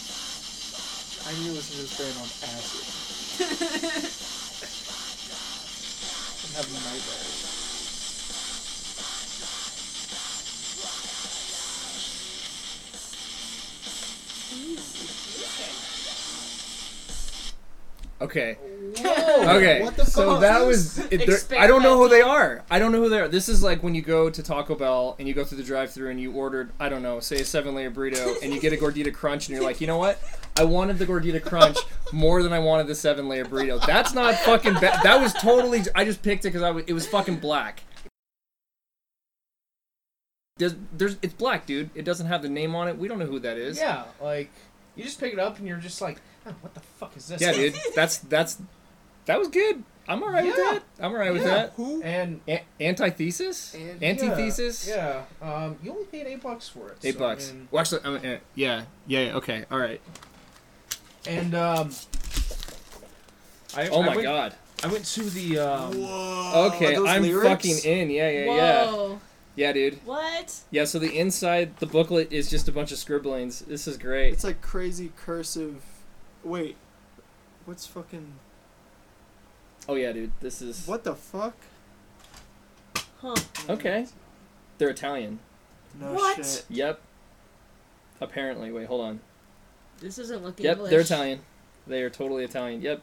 I knew this was just band on acid. I'm having nightmares.
Okay. Okay.
What the
so
fuck?
that was. It, they're- I don't know who
Experimental.
they are. I don't know who they are. This is like when you go to Taco Bell and you go through the drive-through and you ordered, I don't know, say a seven-layer burrito and you get a gordita crunch and you're like, you know what? I wanted the gordita crunch more than I wanted the seven-layer burrito. That's not fucking. Ba- that was totally. I just picked it because I was. It was fucking black. There's, there's, it's black, dude. It doesn't have the name on it. We don't know who that is.
yeah, like you just pick it up and you're just like, oh, what the fuck is this?
Yeah, dude. That's that's that was good. I'm alright with
Yeah.
that. I'm alright with
Yeah.
that.
Who?
And
A- antithesis?
And-
Antithesis?
Yeah. Um, you only paid eight bucks for it.
Eight
so, I
bucks.
mean-
Well, actually, I'm, uh, yeah, yeah, yeah, okay, all right.
and um, I,
Oh
I
my
went,
god.
I went to the um,
Whoa.
Okay,
are those
I'm
lyrics?
fucking in. Yeah, yeah, yeah.
Whoa.
Yeah, dude.
What?
Yeah, so the inside, the booklet is just a bunch of scribblings. This is great.
It's like crazy cursive. Wait, what's fucking?
Oh yeah, dude. This is
What the fuck?
Huh.
Okay. They're Italian.
No
What?
shit.
Yep. Apparently. Wait, hold on.
This isn't looking
Yep,
English.
they're Italian. They are totally Italian. Yep.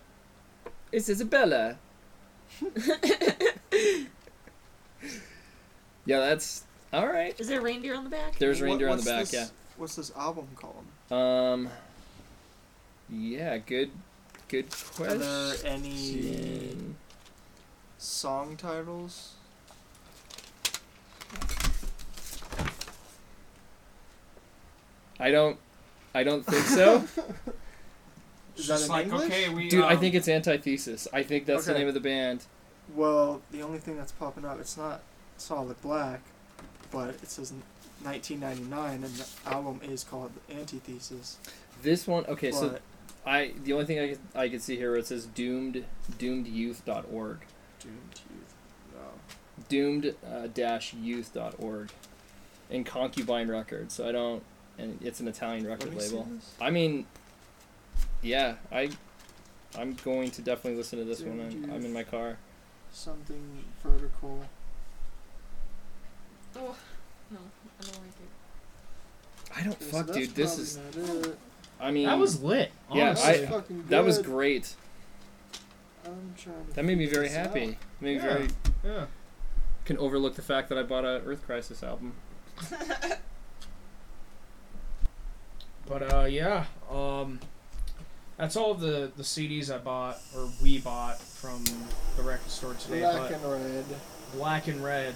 It's Isabella. yeah, that's all right.
Is there reindeer on the back?
There's reindeer on the
what's
back,
this- What's this album called?
yeah. Um Yeah, good good
Are there
question.
any song titles?
I don't I don't think so.
Is that in English?
we
Dude, I think it's antithesis. I think that's the
Um, Okay.
name of the band.
Well, the only thing that's popping up, it's not Solid Black, but it says 1999, and the album is called Antithesis.
This one okay, so
but
I the only thing I could, I could see here where it says doomed doomedyouth.org.
doomed youth, no.
doomed uh, dash youth.org and concubine records so i don't and it's an italian
Let
record
me see
label
this.
i mean yeah i i'm going to definitely listen to this one
Doomed
I'm, I'm
Youth.
in my car
Something vertical.
No, I don't like it.
i don't
Okay, so
fuck
that's
dude this
probably
is
not it.
i mean
that was lit.
Yeah,
That's
honestly.
I-
fucking good.
that was great
I'm trying to
that made me
figure
very
this out.
happy made me
Yeah.
very
yeah.
can overlook the fact that i bought a earth crisis album
But uh, yeah, um, that's all the the CDs I bought or we bought from the record store today.
Black
but
and red.
Black and Red,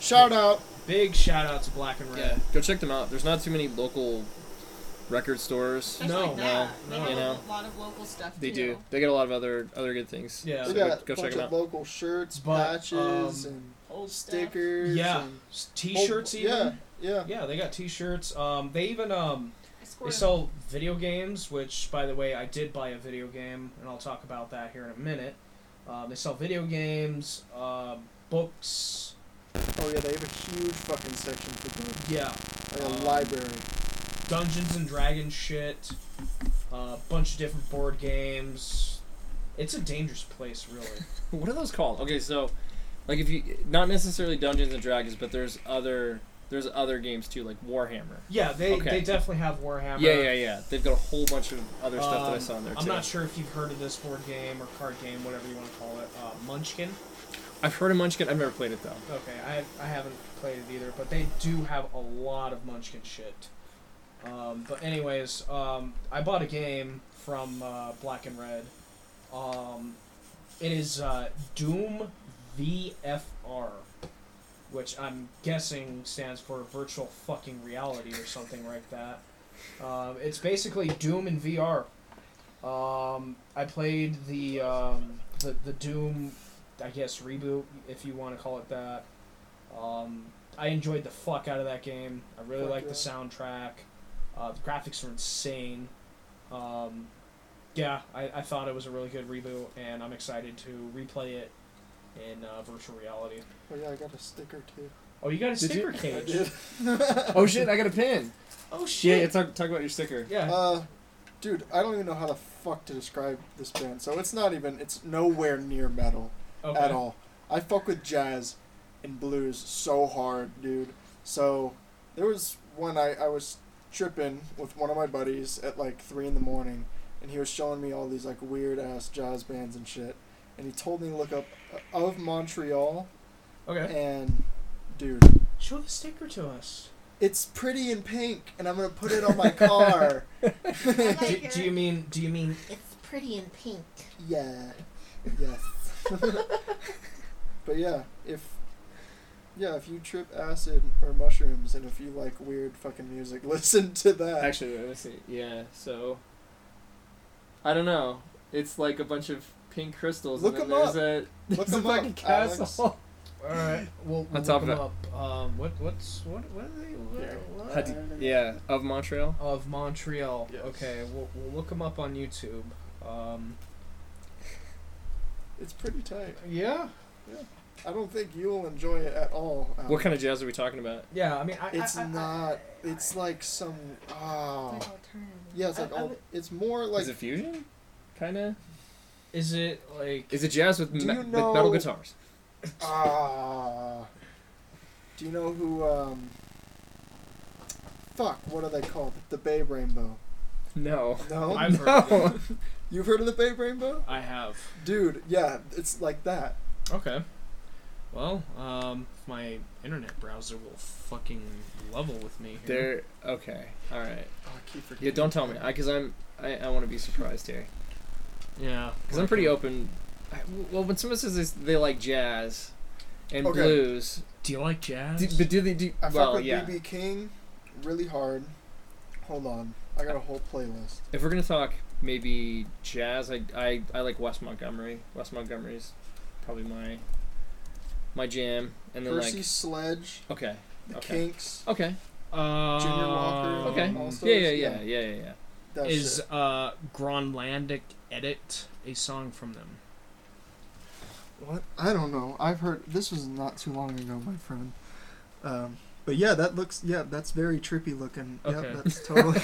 Shout out.
big shout out to Black and Red.
yeah go check them out there's not too many local record stores.
No,
Especially now.
no,
They
no.
have
You know.
a lot of local stuff.
They
too.
do. They get a lot of other other good things.
Yeah.
So
They
go-
got
go
a bunch
check them
of
out.
local shirts,
But,
patches,
um,
Old stickers.
and stickers.
Yeah,
and-
s- t-shirts
Oh,
even.
Yeah, yeah.
Yeah, they got t-shirts. Um, they even um,
I
they
scored
sell video games, which by the way, I did buy a video game, and I'll talk about that here in a minute. Um, they sell video games, uh, books.
Oh yeah, they have a huge fucking section for books,
Yeah,
like
uh,
a
Um,
library.
Dungeons and Dragons shit, a bunch of different board games. It's a dangerous place, really.
What are those called? Okay, so like if you not necessarily Dungeons and Dragons, but there's other there's other games too, like Warhammer.
Yeah, they
Okay.
they definitely have Warhammer.
Yeah, yeah, yeah. They've got a whole bunch of other stuff that I
Um,
saw in there too.
I'm not sure if you've heard of this board game or card game, whatever you want to call it. Uh, Munchkin.
I've heard of Munchkin. I've never played it though.
Okay, I I haven't played it either, but they do have a lot of Munchkin shit. Um, but anyways, um, I bought a game from uh, Black and Red. Um, it is uh, Doom VFR, which I'm guessing stands for Virtual Fucking Reality or something like that. Um, it's basically Doom in VR. Um, I played the um, the the Doom I guess reboot, if you want to call it that. Um, I enjoyed the fuck out of that game. I really
Fuck
liked the
yeah.
soundtrack. Uh, the graphics were insane. Um, yeah, I, I thought it was a really good reboot, and I'm excited to replay it in uh, virtual reality.
Oh yeah, I got a sticker too.
Oh, you got a
Did
sticker
you?
I
cage.
did.
Oh shit! I got a pin.
Oh
Yeah,
shit.
yeah talk talk about your sticker.
yeah.
Uh, dude, I don't even know how the fuck to describe this band. So it's not even. It's nowhere near metal.
okay.
at all. I fuck with jazz and blues so hard, dude. So there was one night I was tripping with one of my buddies at like three in the morning, and he was showing me all these like weird ass jazz bands and shit. And he told me to look up uh, of Montreal,
Okay.
and dude,
Show the sticker to us.
it's pretty in pink, and I'm gonna put it on my car.
I
Do,
like
do
it.
you mean? Do you mean?
It's pretty and pink.
Yeah. Yes. but yeah, if yeah, if you trip acid or mushrooms and if you like weird fucking music, listen to that.
Actually, wait, let me see. Yeah, so I don't know. It's like a bunch of pink crystals.
Look
and then
'em up.
there's a
Look
there's a
them up,
fucking
Alex.
castle.
All right. Well, we'll
On top
look
of
'em up. Um, what? What's? What? What are they? What, what?
Yeah, of Montreal.
of Montreal.
Yes.
Okay, we'll, we'll look them up on YouTube. Um,
It's pretty tight.
yeah,
I don't think you'll enjoy it at all.
Um,
Alex.
What kind of jazz are we talking about?
yeah. I mean, I,
It's
I, I-
not. It's like some. Oh.
Like alternative.
Yeah, it's like
I- I
all.
would-
It's more like.
Is it fusion? Kind of.
is it like?
Is it jazz with,
Do
me-
you
with
know-
metal guitars?
Ah. Do you know who? Um. Fuck. What are they called? The Babe Rainbow.
No.
No.
I've heard of
No.
it.
You've heard of the Babe Rainbow?
I have.
Dude, yeah, it's like that.
Okay. Well, um, my internet browser will fucking level with me here.
They're okay. All right.
Oh, I keep forgetting.
Yeah, don't tell me, I, cause I'm I, I want to be surprised here,
yeah,
cause I'm pretty open. I, well, when someone says this, they like jazz and
Okay.
blues,
Do you like jazz?
do, but do they do?
I fuck
well,
with
yeah.
BB King really hard. Hold on, I got a whole playlist.
If we're gonna talk maybe jazz, I, I, I like West Montgomery. West Montgomery's probably my my jam, and then
Percy
like
Sledge,
okay,
The
okay,
Kinks,
okay,
uh,
Junior Walker,
okay.
All Stars.
yeah, yeah, yeah, yeah, yeah, yeah.
That
Is
shit.
uh Gronlandic edit a song from them?
what? I don't know. I've heard this was not too long ago, my friend. Um, but yeah, that looks yeah, that's very trippy looking.
Okay.
Yep, that's totally.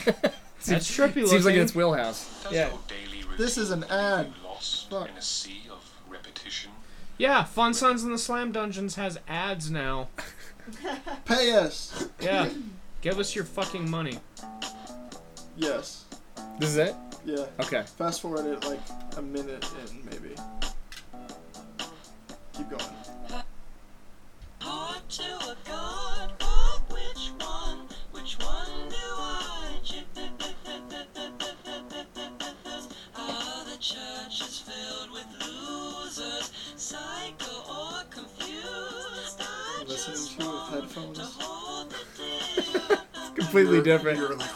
That's trippy
Seems like
looking.
it's wheelhouse.
Does
Yeah.
your daily
This is an
routine leave you
ad.
Lost
Fuck.
in a sea of repetition.
Yeah, Fun Sons in the Slam Dungeons has ads now.
Pay us.
Yeah. Give us your fucking money.
Yes.
This is it.
Yeah.
Okay.
Fast forward it like a minute in maybe. Keep going.
Heart to a god, but which one? Which one do I choose? Ah, the church is filled with losers, psycho or confused. I
Listening
just
to it with
want to
headphones.
hold the deal.
Completely different.
You're like,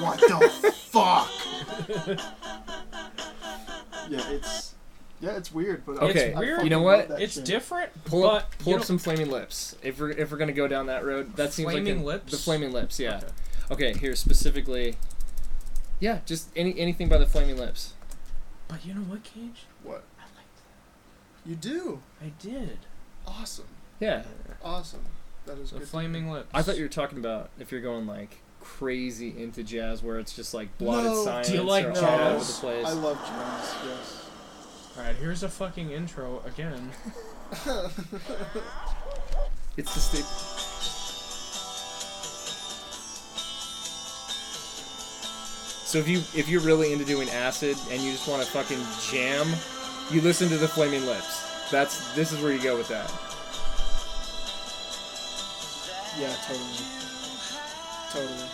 what the fuck? yeah, it's yeah, it's weird, but I-
Okay,
I
weird.
fucking
You know
love
what?
that
It's
shit.
different,
Pull
but
up,
you
pull up
know-
some flaming lips. If we're if we're gonna go down that road, that seems like
Flaming
a-
Lips?
the flaming lips. Yeah.
Okay.
Okay. here specifically. Yeah, just any anything by the flaming lips.
But you know what, Cage?
What
I liked
you do?
it. I did.
Awesome,
Yeah,
awesome. That is
The
good.
Flaming Lips.
I thought you were talking about if you're going like crazy into jazz, where it's just like blotted
No, do
science.
you like
or
No,
all over the
jazz?
place.
I love jazz. Yes.
Alright, here's a fucking intro again.
it's the staple. So if you if you're really into doing acid and you just want to fucking jam, you listen to the Flaming Lips. That's this is where you go with that.
Yeah, totally. Totally.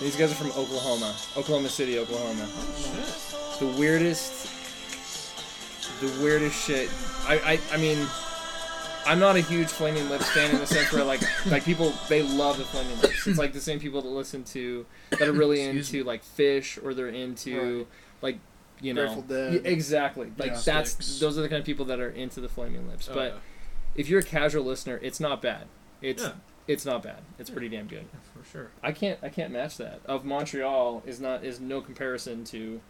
These guys are from Oklahoma, Oklahoma City, Oklahoma. The weirdest, the weirdest shit. I, I, I mean, I'm not a huge Flaming Lips fan in the sense where like, like people they love the Flaming Lips. It's like the same people that listen to that are really into like Fish or they're into like you know
Grateful Dead.
Yeah, exactly like
Yeah.
that's
Sticks.
those are the kind of people that are into the Flaming Lips.
Uh,
But if you're a casual listener, it's not bad. It's
Yeah.
it's not bad. It's pretty damn good.
for sure.
I can't I can't match that. Of Montreal is not is no comparison to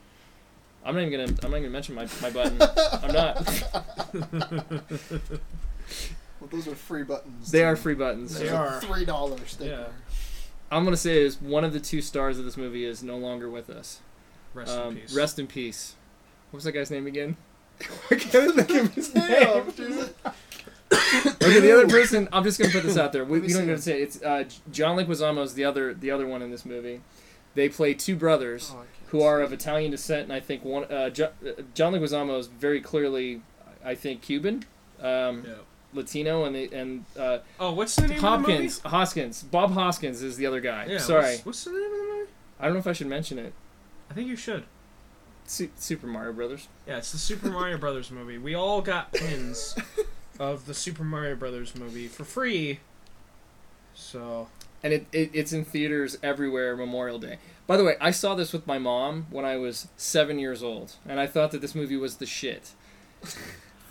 I'm not even gonna I'm not even gonna mention my, my button. I'm not.
Well, those are free buttons.
They
too.
are free buttons.
They
There's a
are.
Three dollars sticker.
I'm gonna say is one of the two stars of this movie is no longer with us.
Rest
um,
in peace.
Rest in peace. What was that guy's name again? I can't think of his name.
Damn, dude.
Okay, the other person. I'm just gonna put this out there. We,
Let me
we don't
see.
even say it. it's uh, J- John Leguizamo is the other the other one in this movie. They play two brothers.
Oh, I can't
who are of Italian descent, and I think one uh, jo- uh, John Leguizamo is very clearly, I think, Cuban, um,
Yeah.
Latino, and they, and uh,
Oh, what's the name
Hopkins, Hoskins, Bob Hoskins is the other guy.
of the movie? Yeah,
Sorry,
What's, what's the name of the movie?
I don't know if I should mention it.
I think you should.
Su- Super Mario Brothers.
Yeah, it's the Super Mario Brothers movie. We all got pins of the Super Mario Brothers movie for free. So
and it, it, it's in theaters everywhere Memorial Day. By the way, I saw this with my mom when I was seven years old, and I thought that this movie was the shit.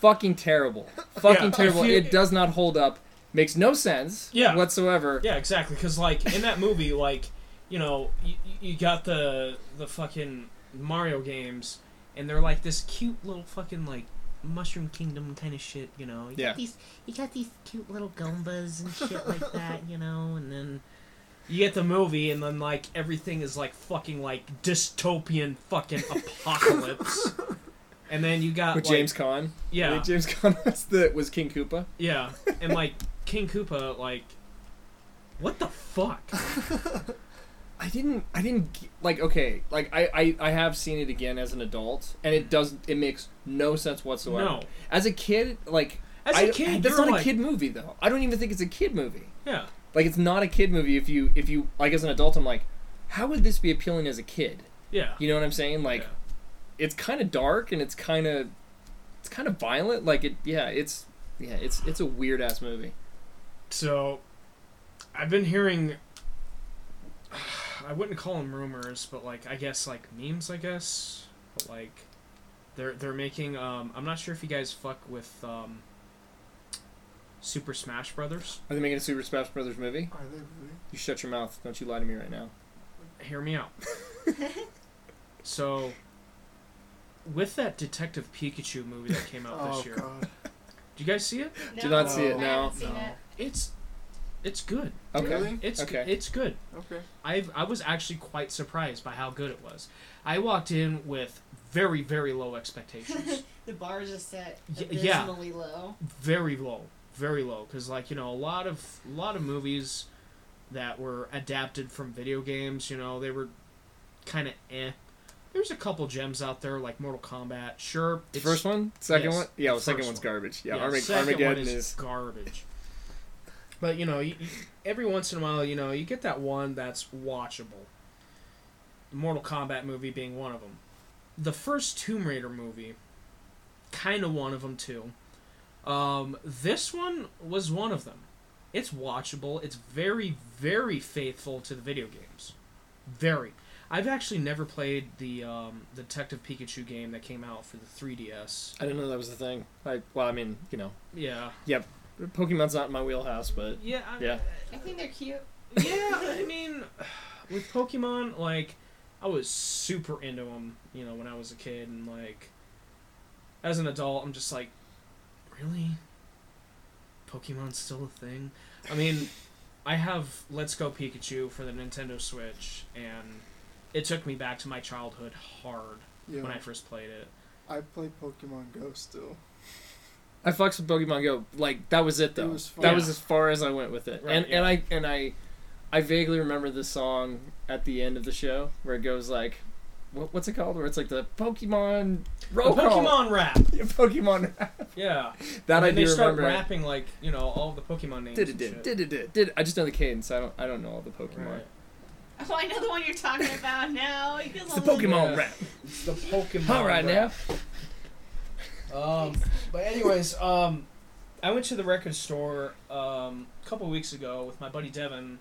Fucking terrible. Fucking
Yeah, if
terrible.
you-
it does not hold up. Makes no sense
Yeah.
whatsoever.
yeah, exactly. Because like in that movie, like you know, you, you got the the fucking Mario games, and they're like this cute little fucking like Mushroom Kingdom kind of shit. You know, you
Yeah.
got these you got these cute little Goombas and shit like that. You know, and then. You get the movie, and then like everything is like fucking like dystopian fucking apocalypse, and then you got
With
like,
James Caan. I
yeah,
think James Caan was, the, was King Koopa.
Yeah, and like King Koopa, like, what the fuck?
I didn't. I didn't g- like. Okay, like I, I, I have seen it again as an adult, and it does. It makes no sense whatsoever.
No.
As a kid, like
As
I-
a kid,
that's
you're
not
like,
a kid movie though. I don't even think it's a kid movie.
Yeah,
Like it's not a kid movie if you if you like as an adult I'm like, how would this be appealing as a kid?
yeah,
You know what I'm saying? Like
Yeah.
it's kind of dark and it's kind of it's kind of violent. Like it yeah, it's yeah, it's it's a weird ass movie.
So, I've been hearing. I wouldn't call them rumors, but like I guess like memes, I guess. But like, they're they're making. Um, I'm not sure if you guys fuck with um, Super Smash Brothers.
Are they making a Super Smash Brothers movie?
Are they really?
You shut your mouth. Don't you lie to me right now.
hear me out. so, with that Detective Pikachu movie that came out
Oh
this year,
god.
do you guys see it?
No,
Do not see it
I
now.
haven't seen
No.
it.
It's, it's good.
Okay.
Really?
It's
Okay.
it's good.
Okay.
I I was actually quite surprised by how good it was. I walked in with very very low expectations,
The bar just set
Y- yeah.
abysmally low.
very low, very low. Because like you know a lot of a lot of movies that were adapted from video games, you know they were kind of eh. There's a couple gems out there like Mortal Kombat. Sure,
The
it's-
first one? Second
yes,
one? Yeah,
the
well, second
first
one's
one.
garbage. Yeah,
the
Armag-
second one
Armageddon
is,
is
garbage. But you know, you, you- every once in a while, you know, you get that one that's watchable. The Mortal Kombat movie being one of them. The first Tomb Raider movie, kind of one of them too. Um, this one was one of them. It's watchable. It's very, very faithful to the video games. Very. I've actually never played the um, Detective Pikachu game that came out for the 3DS.
I didn't know that was a thing. Like, well, I mean, you know,
Yeah.
Pokemon's not in my wheelhouse, but
Yeah. I,
Yeah.
I think they're cute.
yeah, I mean, with Pokemon, like, I was super into them, you know, when I was a kid, and like, as an adult, I'm just like, really, Pokemon's still a thing. I mean, I have Let's Go Pikachu for the Nintendo Switch, and it took me back to my childhood hard
Yeah.
when I first played it.
I play Pokemon Go still.
I fucks with Pokemon Go. Like that was it though.
was fun.
that was as far as I went with it.
Right,
and
yeah.
and I and I I vaguely remember the song at the end of the show where it goes like what, what's it called? Where it's like the Pokemon roll
The
call.
Pokemon rap,
Pokemon.
yeah.
that
and
I
then
do
they start
remember.
rapping like you know all the Pokemon names.
Did
and
it did
shit.
did it did did. I just know the cadence. I don't I don't know all the Pokemon.
Right.
Oh, I know the one you're talking about now. It feels
It's the
a little-
Pokemon
Yeah.
rap.
It's the Pokemon.
All right
rap.
now.
Um, but anyways, um, I went to the record store um, a couple weeks ago with my buddy Devin,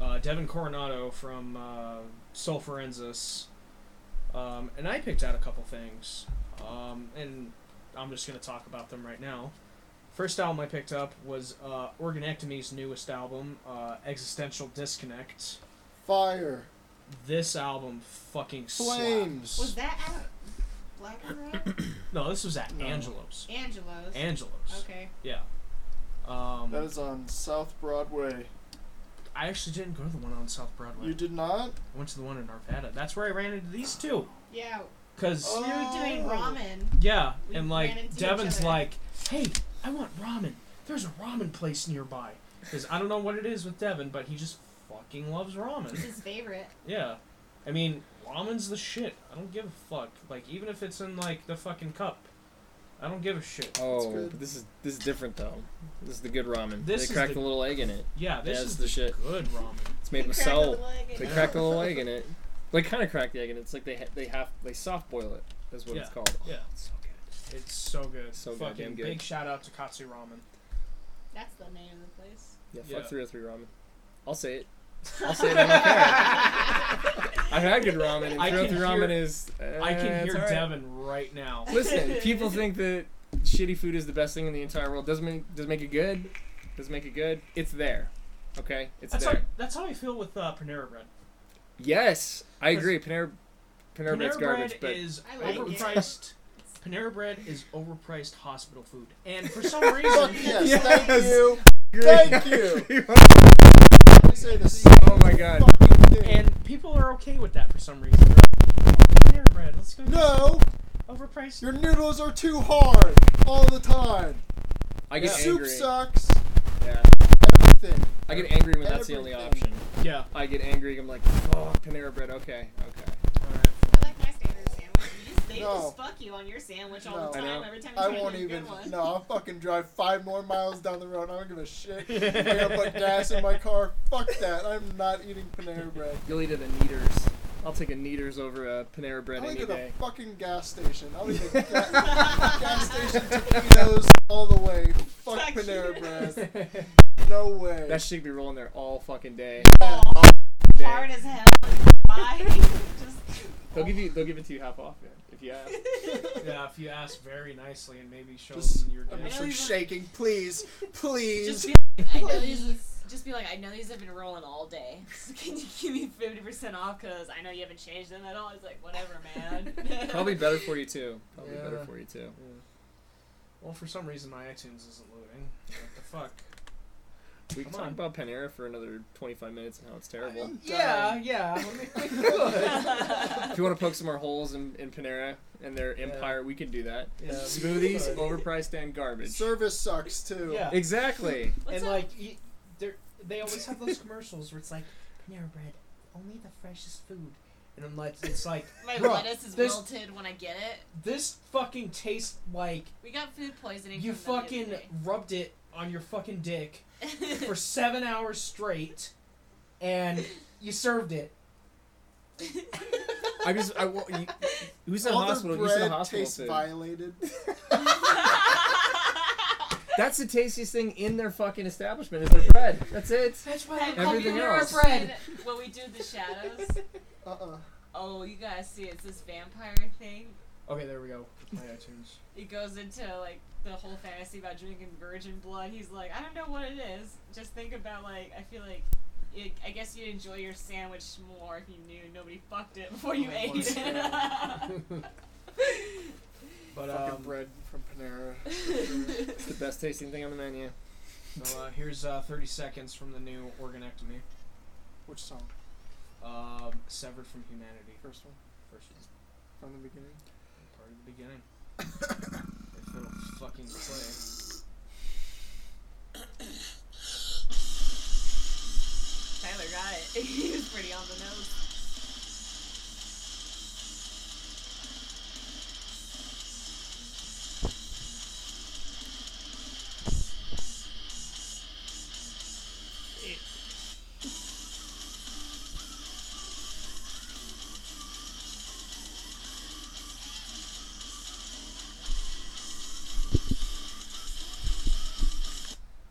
uh, Devin Coronado from uh, Soul Forensis, um, and I picked out a couple things, um, and I'm just gonna talk about them right now. First album I picked up was uh, Organectomy's newest album, uh, Existential Disconnect.
Fire,
This album fucking slaps.
flames.
Was that at Black and Red?
No, this was at
No.
Angelo's.
Angelo's.
Angelo's.
okay.
Yeah. Um,
That is on South Broadway.
I actually didn't go to the one on South Broadway.
You did not?
I went to the one in Arvada. That's where I ran into these two.
Yeah,
Cause
we were doing
Oh.
ramen.
yeah,
We
and
ran into
like
each
Devin's
other.
like, hey, I want ramen. There's a ramen place nearby. Cause I don't know what it is with Devin, but he just fucking loves
It's
ramen.
his favorite.
yeah, I mean ramen's the shit. I don't give a fuck. Like even if it's in like the fucking cup, I don't give a shit.
Oh,
good.
but this is this is different though. This is the good ramen.
This
they
is
cracked
the-
a little egg in it.
Yeah, this
Yeah,
is
it's the shit.
Good ramen.
It's made with salt. They crack a little egg in it. They kind of crack the egg in it. It's like they ha- they have they soft boil it. Is what it's
Yeah.
called.
Yeah,
It's so good.
it's so good.
So
fucking
goddamn good.
big shout out to Katsu Ramen.
That's the name of the place.
Yeah,
Yeah.
fuck 303 ramen. I'll say it. I'll say it. I don't care. I've had good ramen. And
I can
303 ramen
hear-
is. Uh,
I can
it's
hear
all right.
Devin right now.
Listen, people think that shitty food is the best thing in the entire world. Doesn't make doesn't make it good. Doesn't make it good. It's there. Okay, it's
That's
there.
how, that's how I feel with uh, Panera Bread.
Yes, I
'Cause-
agree. Panera Panera, Bread's
Panera
garbage,
Bread
but
is
I like it.
overpriced. Panera Bread is overpriced hospial food, and for some reason,
Yes,
Yes.
thank you. Thank you. They say the same
oh my god.
fucking thing.
and people are okay with that for some reason. They're like, "Oh, Panera Bread, let's go. get
No,
some overpriced.
your noodles are too hard all the time.
I get
The
angry.
soup sucks.
Yeah.
Everything.
I get angry when that's the only
Everything.
option.
Yeah,
I get angry. I'm like, fuck, Panera Bread. Okay, okay.
all right.
I like my standard sandwich. You just, they
No.
just fuck you on your sandwich all the
No.
I
time.
know.
Every time you
I
try to
won't
get a
even.
good one.
No, I'll fucking drive five more miles down the road. I don't give a shit. I'm gonna put gas in my car. Fuck that. I'm not eating Panera Bread.
You'll eat at a Neaters. I'll take a Neaters over a Panera Bread
I'll eat
any
at a
day.
fucking gas station. I'll eat at a ga- gas station taquitos all the way. Fuck
Fuck
Panera
you.
Bread. No way.
That shit be rolling there all fucking day.
Oh,
Day.
hard as hell. Why? just
They'll give you. They'll give it to you half off yeah, if you ask.
Yeah, if you ask very nicely and maybe show
Just-
them your
I'm
dish.
just like shaking. Please, please.
just be like, I know these. Just be like, I know these have been rolling all day. Can you give me fifty percent off? Cause I know you haven't changed them at all. It's like whatever, man.
Probably better for you too. Probably better
Yeah.
for you too.
Well, for some reason my iTunes isn't loading. What the fuck?
We can
Come
talk
on.
about Panera for another 25 minutes and how it's terrible.
Yeah,
yeah.
if you want to poke some more holes in, in Panera and their empire, we can do that.
Yeah, we
Smoothies,
could.
overpriced and garbage.
Service sucks too.
Yeah.
Exactly.
What's
and
up?
like you, they're- they always have those commercials where it's like Panera Bread, only the freshest food, and I'm like, it's like
my
bruh,
lettuce is
this-
wilted when I get it.
this fucking tastes like
We got food poisoning.
you
from them
fucking rubbed it on your fucking dick
the other day.
for seven hours straight, and you served it.
I just, I, wa- you, who's in the
All
hospital?
the
Who's in the
bread
hospital?
tastes
Food.
violated.
That's the tastiest thing in their fucking establishment is their bread. That's it.
That's
Have
Everything
you ever
else.
tried What we do in the shadows.
Uh-uh.
Oh, you gotta see it. It's this vampire thing.
Okay, there we go. My iTunes.
It goes into like the whole fantasy about drinking virgin blood. He's like, I don't know what it is. Just think about like I feel like. It, I guess you'd enjoy your sandwich more if you knew nobody fucked it before you
Oh,
ate
once
it.
But
Fucking
um,
bread from Panera. It's the best tasting thing on the menu.
so, uh, here's uh, 30 seconds from the new organectomy.
Which song?
Um, severed from humanity.
First one?
First one,
From the beginning?
part of the beginning. if it'll fucking play.
Tyler got it. he was pretty on the nose.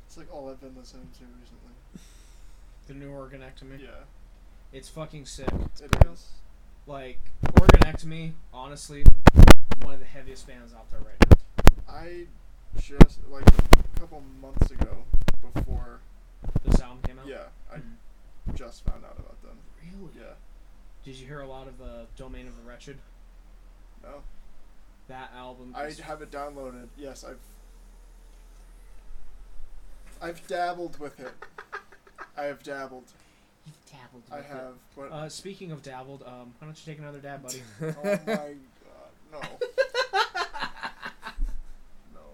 It's like all I've been listening to recently.
The new organectomy.
Yeah.
It's fucking sick.
It is.
Like, organectomy, honestly, one of the heaviest bands out there right now.
I just, like, a couple months ago, before,
This album came out?
yeah, I
Mhm.
just found out about them.
Really?
Yeah.
Did you hear a lot of the Domain of the Wretched?
No.
That album.
I
is-
have it downloaded. Yes, I've. I've dabbled with it. I have dabbled.
You've dabbled
I
with it.
have, but
Uh, speaking of dabbled, um, why don't you take another dab, buddy?
oh my god, no. no.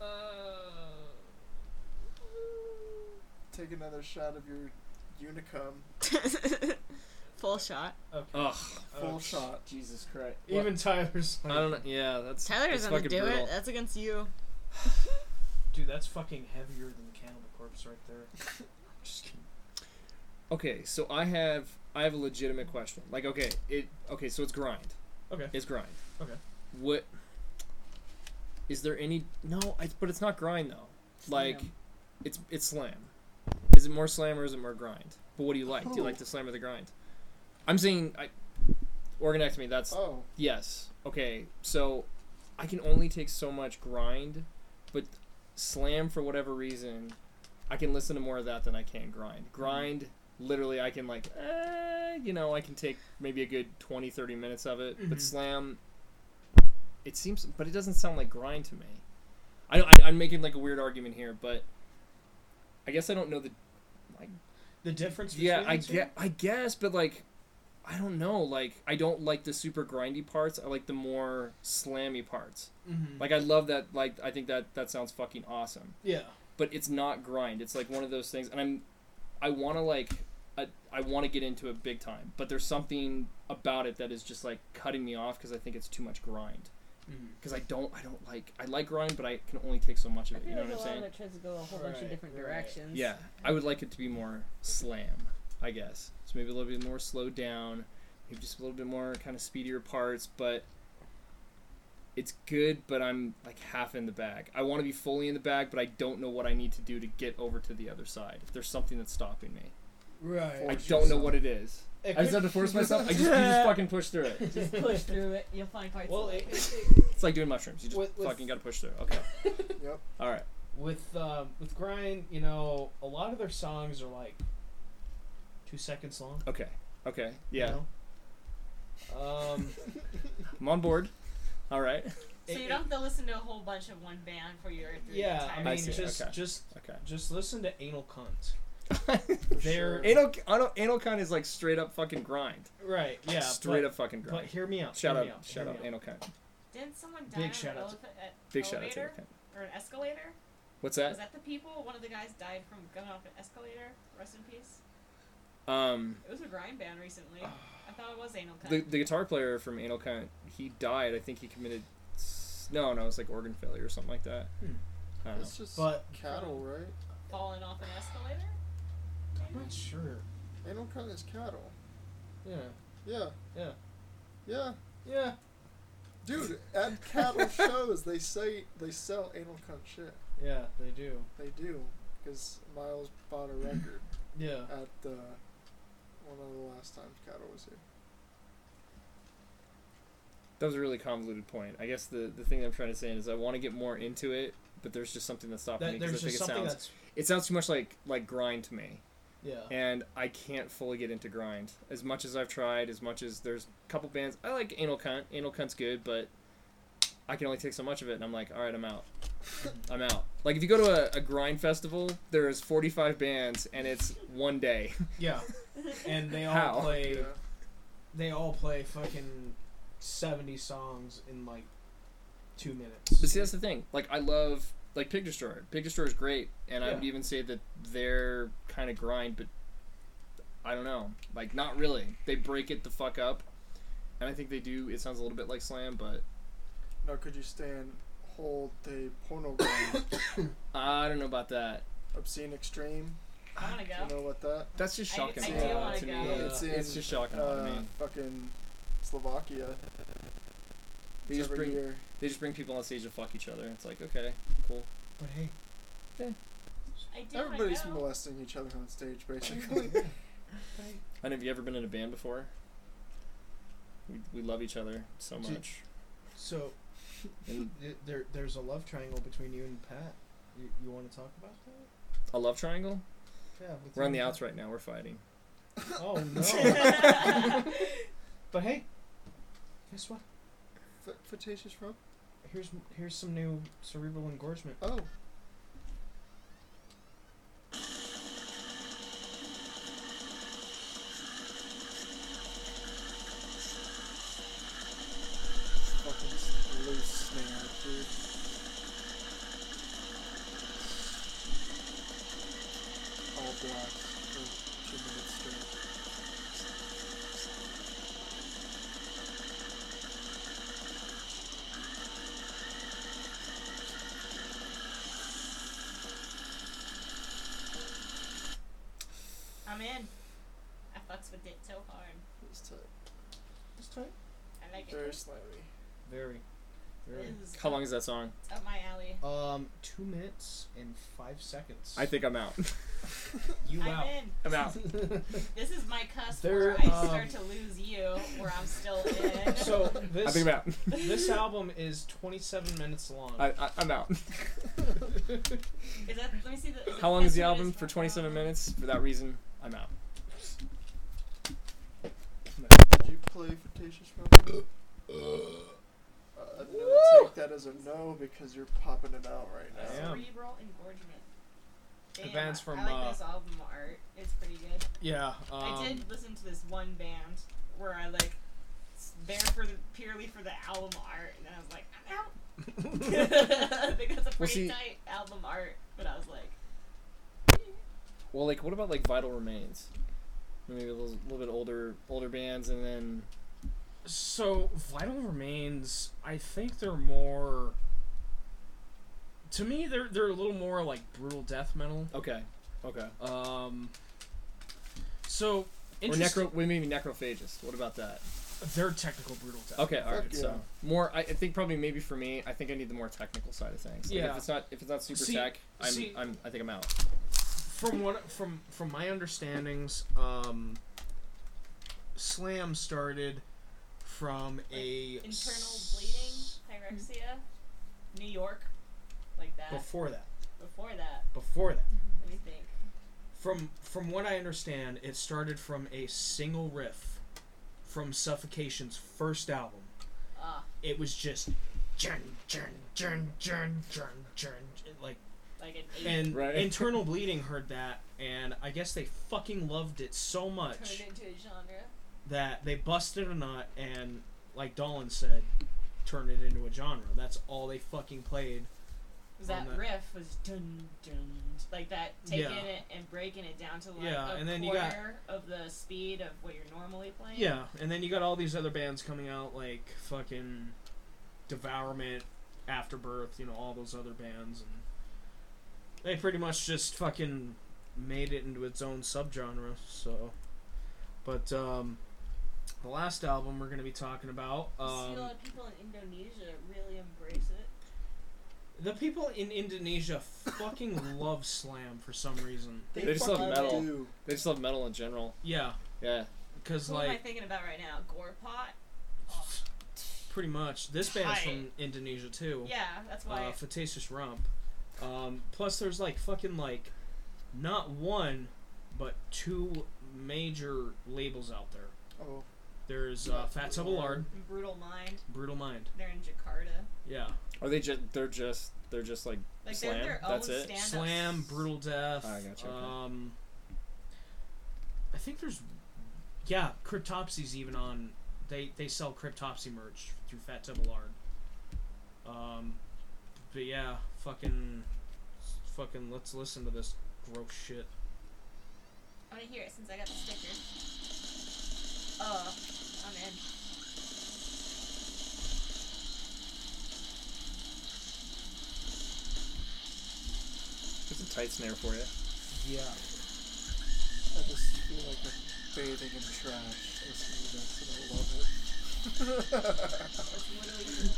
Oh.
Take another shot of your Unicum
Full shot.
Ugh.
full
Oh,
shot.
Jesus Christ.
Even Tyler's. Like,
I don't know. Yeah, that's.
Tyler
that's
doesn't want to
fucking
do
brutal.
it. That's against you.
Dude, that's fucking heavier than the Cannibal Corpse right there. Just kidding.
Okay, so I have I have a legitimate question. Like, okay, it okay, so it's grind.
Okay.
It's grind.
Okay.
What is there any no? I, but it's not grind though. Like,
Slam.
it's it's slam. Is it more slam or is it more grind? But what do you like? Do you like the slam or the grind? I'm saying I organectomy. That's
Oh,
yes. Okay, so I can only take so much grind, but slam for whatever reason, I can listen to more of that than I can grind. Grind, literally, I can like, eh, you know, I can take maybe a good 20, 30 minutes of it.
Mhm.
But slam, it seems, but it doesn't sound like grind to me. I, I I'm making like a weird argument here, but I guess I don't know the
The difference between
yeah, I
the two?
get, I guess, but like, I don't know. Like, I don't like the super grindy parts. I like the more slammy parts.
Mhm.
Like, I love that. Like, I think that that sounds fucking awesome.
Yeah.
But it's not grind. It's like one of those things, and I'm, I want to like, I, I want to get into it big time. But there's something about it that is just like cutting me off because I think it's too much grind.
Mhm.
Because I don't, I don't like, I like grind, but I can only take so much of
I
it. You
feel
know
like
what
a
I'm
lot
saying?
of it tries to go a whole bunch
Right,
of different
right.
directions.
Yeah, I would like it to be more slam, I guess. So maybe a little bit more slowed down, maybe just a little bit more kind of speedier parts, but it's good, but I'm like half in the bag. I want to be fully in the bag, but I don't know what I need to do to get over to the other side. If there's something that's stopping me,
Right.
I
Force
don't know what it is.
It
I just
could-
have to force myself. I just, you just fucking push through it.
Just push through it. You'll find parts.
Well,
of
it,
it.
It's like doing mushrooms. You just
With- with-
fucking got to push through. Okay.
Yep.
All right.
with um, with grind, you know, a lot of their songs are like two seconds long.
Okay. Okay. Yeah.
You know? Um.
I'm on board. All right.
so
it-
you
it-
don't have to listen to a whole bunch of one band for your. for your
Yeah, I
entire
mean,
I
trip.
see,
just
okay.
just
Okay.
just listen to anal cunt.
for
They're-
sure.
Anal, anal, anal con is like straight up fucking grind.
Right. Yeah.
straight
but,
up fucking grind.
But hear me out.
Shout
hear
out,
me out.
shout
hear
out,
me
anal cunt.
Didn't someone die
Big
on
shout
an
out to-
elephant- a-
Big shout out to
elevator
anal cunt.
or an escalator?
What's that?
Was that the people? One of the guys died from going off an escalator. Rest in peace.
Um,
It was a grind band recently. I thought it was anal cut.
the the guitar player from anal cunt, he died. I think he committed. s- No, no, it's like organ failure or something like that.
Hmm.
I don't know.
It's just
But-
cattle, right?
Falling off an escalator.
I'm not sure.
Anal cunt is cattle.
Yeah.
Yeah.
Yeah.
Yeah.
Yeah.
Dude, at cattle shows, they say they sell anal cunt shit.
Yeah. They do.
They do, because Miles bought a record
Yeah.
at the one of the last times cattle was here.
That was a really convoluted point. I guess the, the thing that I'm trying to say is I want to get more into it, but there's just something that's stopping
That,
me
there's
because I think
just
it
something
sounds
that's
it sounds too much like like grind to me,
yeah.
and I can't fully get into grind as much as I've tried. As much as there's a couple bands I like, Anal Cunt. Anal Cunt's good, but I can only take so much of it, and I'm like, all right, I'm out. I'm out. Like if you go to a, a grind festival, there's 45 bands, and it's one day.
Yeah, and they all
How?
play.
Yeah.
They all play fucking seventy songs in like two minutes.
But see, that's the thing. Like, I love like Pig Destroyer. Pig Destroyer is great, and I would
Yeah.
even say that they're kind of grind, but I don't know. Like, not really. They break it the fuck up, and I think they do. It sounds a little bit like Slam, but
Now, could you stand whole day pornogram,
I don't know about that.
obscene extreme?
I wanna
You
go.
know what that?
That's just
I-
shocking
I
to
do
me.
wanna
to
go.
me.
Yeah.
It's,
It's
it's
in,
just shocking to
Uh,
me.
fucking Slovakia.
They just
every
bring
year.
they just bring people on stage to fuck each other. It's like okay, cool.
But hey,
I do wanna
Everybody's
go.
molesting each other on stage, basically.
And have you ever been in a band before? We, we love each other so
Do-
much.
so
And
th- there there's a love triangle between you and Pat. You, you want to talk about that?
a love triangle.
Yeah, with
We're on the
you and
outs right now. We're fighting.
Pat. Oh no! but hey, guess what?
F- Fetatious rope?
Here's here's some new cerebral engorgement.
Oh. Fucking loose snare, dude. All oh, black for two minutes straight.
I'm in. I fucks with it so hard.
It's tight.
This time?
I like
Very
it.
slimy.
Very, very.
It's
How long is that song?
up my alley.
Um, two minutes and five seconds.
I think I'm out.
you
I'm
out.
in.
I'm out.
This is my cuss
There,
where I
um,
start to lose you, where I'm still in.
So
I
this
think I'm out.
this album is 27 minutes long.
I, I, I'm out.
Is that, let me see the,
How long is the
15
album?
minutes
For
from
27
now?
minutes? For that reason, I'm out.
Did you play Fetatious Rope? Uh, I'm gonna take that as a no because you're popping it out right now.
I am.
Cerebral engorgement. Damn,
Advance from,
I like
uh, um,
this album art. It's pretty good.
yeah.
um,
I did listen to this one band where I like s- there for the purely for the album art, and then I was like, I'm out. I think that's a pretty
see-
tight album art, but I was like,
Well, like, what about like Vital Remains? Maybe a little, little bit older, older bands, and then
So Vital Remains, I think they're more. To me, they're they're a little more like brutal death metal.
okay, okay.
Um. So
Or
interest-
necro, we maybe Necrophagist. What about that?
they're technical brutal death.
Okay, all right.
Fuck
So
yeah.
more, I, I think probably maybe for me, I think I need the more technical side of things. Like,
Yeah.
If it's not, if it's not super
See-
tech, I'm,
see-
I'm, I think I'm out.
from what from from my understandings, um, Slam started from a
internal
s-
bleeding, pyrexia, New York, like that.
Before that.
Before that,
before that.
let me think.
From from what I understand, it started from a single riff from Suffocation's first album.
Ah,
It was just jern jern jern jern jern jern like
like an eight
and
Right.
internal bleeding heard that and I guess they fucking loved it so much.
turned into a genre.
that they busted a nut and, like Dolan said, turned it into a genre. That's all they fucking played.
Was
on
that
that.
riff was dun dun like that taking
Yeah.
it and breaking it down to like
Yeah,
a
and then you got-
quarter of the speed of what you're normally playing.
Yeah, and then you got all these other bands coming out like fucking Devourment, Afterbirth, you know, all those other bands, and they pretty much just fucking made it into its own subgenre. So, but um, the last album we're gonna be talking about,
You see a
um,
lot of people in Indonesia really embrace it.
the people in Indonesia fucking love slam for some reason.
They just love
fucking
metal.
do.
They just love metal in general.
Yeah,
Yeah.
Because
Who am I
like
thinking about right now? Gorepot.
pretty much. This band's from
Tight.
Indonesia too.
Yeah, that's why.
Uh, Fatasious Rump. Um, plus, there's like fucking like, not one, but two major labels out there.
Oh,
There's uh, Fat Tubalard,
Brutal Mind.
Brutal Mind.
They're in Jakarta.
Yeah,
Are they just? They're just. They're just like.
Like
Slam?
they're their own
That's it?
stand-up.
Slam, Brutal Death.
I gotcha, okay.
Um, I think there's, yeah, Cryptopsy's even on. They they sell Cryptopsy merch through Fat Tubalard. Um, but yeah, fucking, fucking. Let's listen to this gross shit.
I want to hear it since I got the sticker. Oh, I'm in.
It's a tight snare for you.
Yeah.
I just feel like I'm bathing in trash listening to this, and I love
It's literally.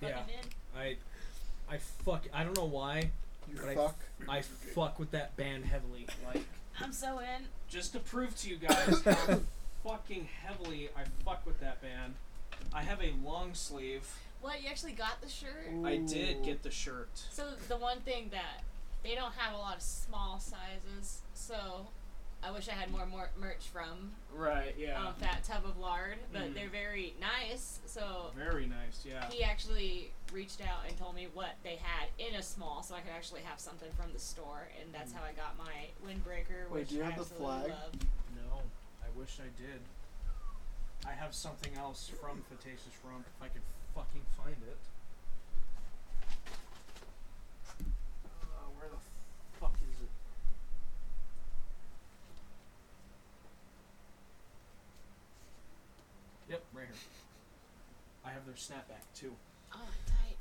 Yeah.
Fucking in.
I, I fuck. I don't know why.
it. You
But I-
fuck.
I fuck with that band heavily. Like,
I'm so in.
just to prove to you guys how fucking heavily I fuck with that band. I have a long sleeve.
What? You actually got the shirt?
I did get the shirt.
So the one thing that they don't have a lot of small sizes, so I wish I had more, more merch from
Right.
um, Fat Tub of Lard, but
Mm.
they're very nice. So
Uh, Very nice. Yeah.
he actually reached out and told me what they had in a small, so I could actually have something from the store, and that's how I got my windbreaker.
Wait,
which
do you
I
have the
absolutely
flag?
Love.
No, I wish I did. I have something else from Fatatious Rump if I could fucking find it. Uh, where the fuck is it? Yep, right here. I have their snapback too.
Oh, tight.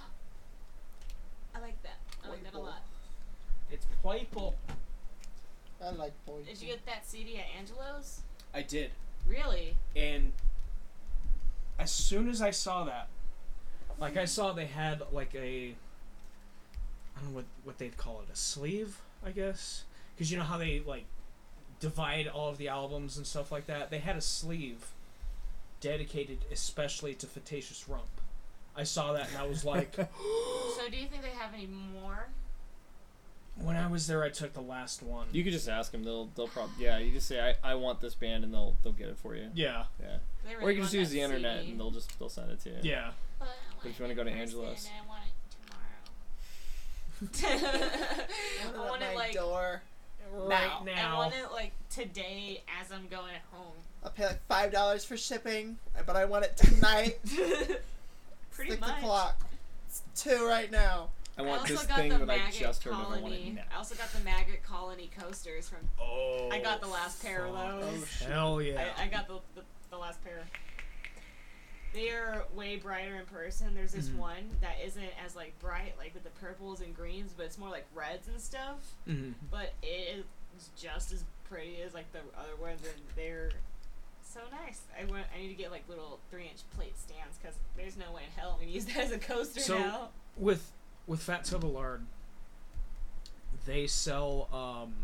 I like that. I like that a
Playful.
lot.
It's playful.
I like boy.
Did you get that CD at Angelo's?
I did.
Really?
and as soon as I saw that, like I saw they had like a, I don't know what what they'd call it, a sleeve, I guess, because you know how they like divide all of the albums and stuff like that. They had a sleeve dedicated especially to Fatatious Rump. I saw that and I was like,
So do you think they have any more?
when I was there, I took the last one.
You could just ask them. They'll. They'll probably. Yeah. You just say, I, "I want this band," and they'll. They'll get it for you.
yeah,
Yeah.
They
or
really
you can just
want
use
that
the internet,
CD.
and they'll just. They'll send it to you.
yeah.
But I want
But if you want to go to Angelo's,
this and I want it tomorrow.
I want it like
door.
Right
I
now,
want it like today as I'm going home.
I'll pay like five dollars for shipping, but I want it tonight.
Pretty much.
It's two right now.
I
I
want
also
this
got
thing
the
that I
maggot
just heard of. I want it
colony.
now.
I also got the maggot colony coasters from.
oh,
I got the last pair of
fuck.
those.
Hell
Oh,
yeah!
I, I got the, the the last pair. They are way brighter in person. There's this
Mm-hmm.
Mhm.
one that isn't as like bright, like with the purples and greens, but it's more like reds and stuff.
Mhm.
but it is just as pretty as like the other ones, and they're so nice. I want. I need to get like little three-inch plate stands because there's no way in hell I'm gonna use that as a coaster
So-
now.
with with Fat Tubalard, they sell um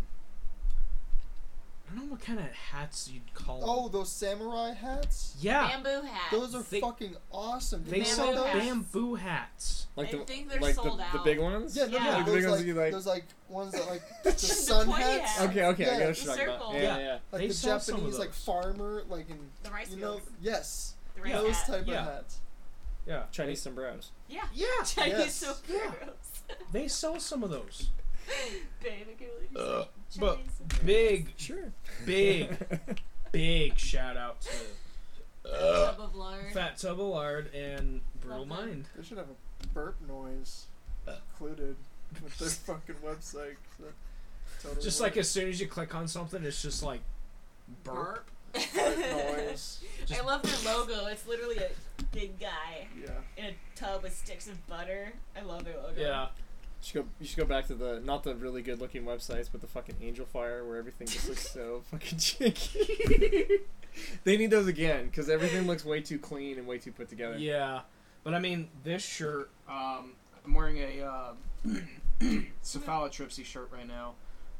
I don't know what kind of hats you'd call.
Oh,
them.
those samurai hats.
yeah,
Bamboo hats.
Those are
They-
fucking awesome. Do
they
you
bamboo
sell
know those?
hats.
bamboo hats.
Like
I
the
think they're
like
sold
the, the
out.
big ones.
Yeah, no,
Yeah.
no,
Like the
those,
big ones
like,
that you, like-
those like ones that like the sun
pointy
hats.
hats.
Okay. Okay. I
Yeah,
got
the
what you're talking about.
circle.
Yeah.
Yeah.
Yeah.
Like
They
the
sell some of
Japanese like
those.
farmer like in
the rice
you
fields.
know yes
the rice
those
hat.
type
Yeah.
of hats.
Yeah,
Chinese sombreros.
Yeah.
yeah.
Chinese
Yes.
so
Yeah.
gross.
They sell some of those
Babe, I can't believe you
Ugh.
said
But-
Chinese.
big,
Sure.
big, big shout out to
uh,
Tub of lard.
Fat Tubalard and Brutal
Love them.
Mind.
They should have a burp noise included with their fucking website. 'cause that totally
Just like as soon as you click on something, it's just like burp.
Burp.
burp noise.
I love their logo. It's literally a big guy
Yeah.
in a tub with sticks of butter. I love their logo.
Yeah,
You should, go, you should go back to the not the really good looking websites, but the fucking Angel Fire where everything just looks so fucking janky. they need those again because everything looks way too clean and way too put together.
Yeah, but I mean, this shirt, um, I I'm wearing a uh, cephalotripsy shirt right now.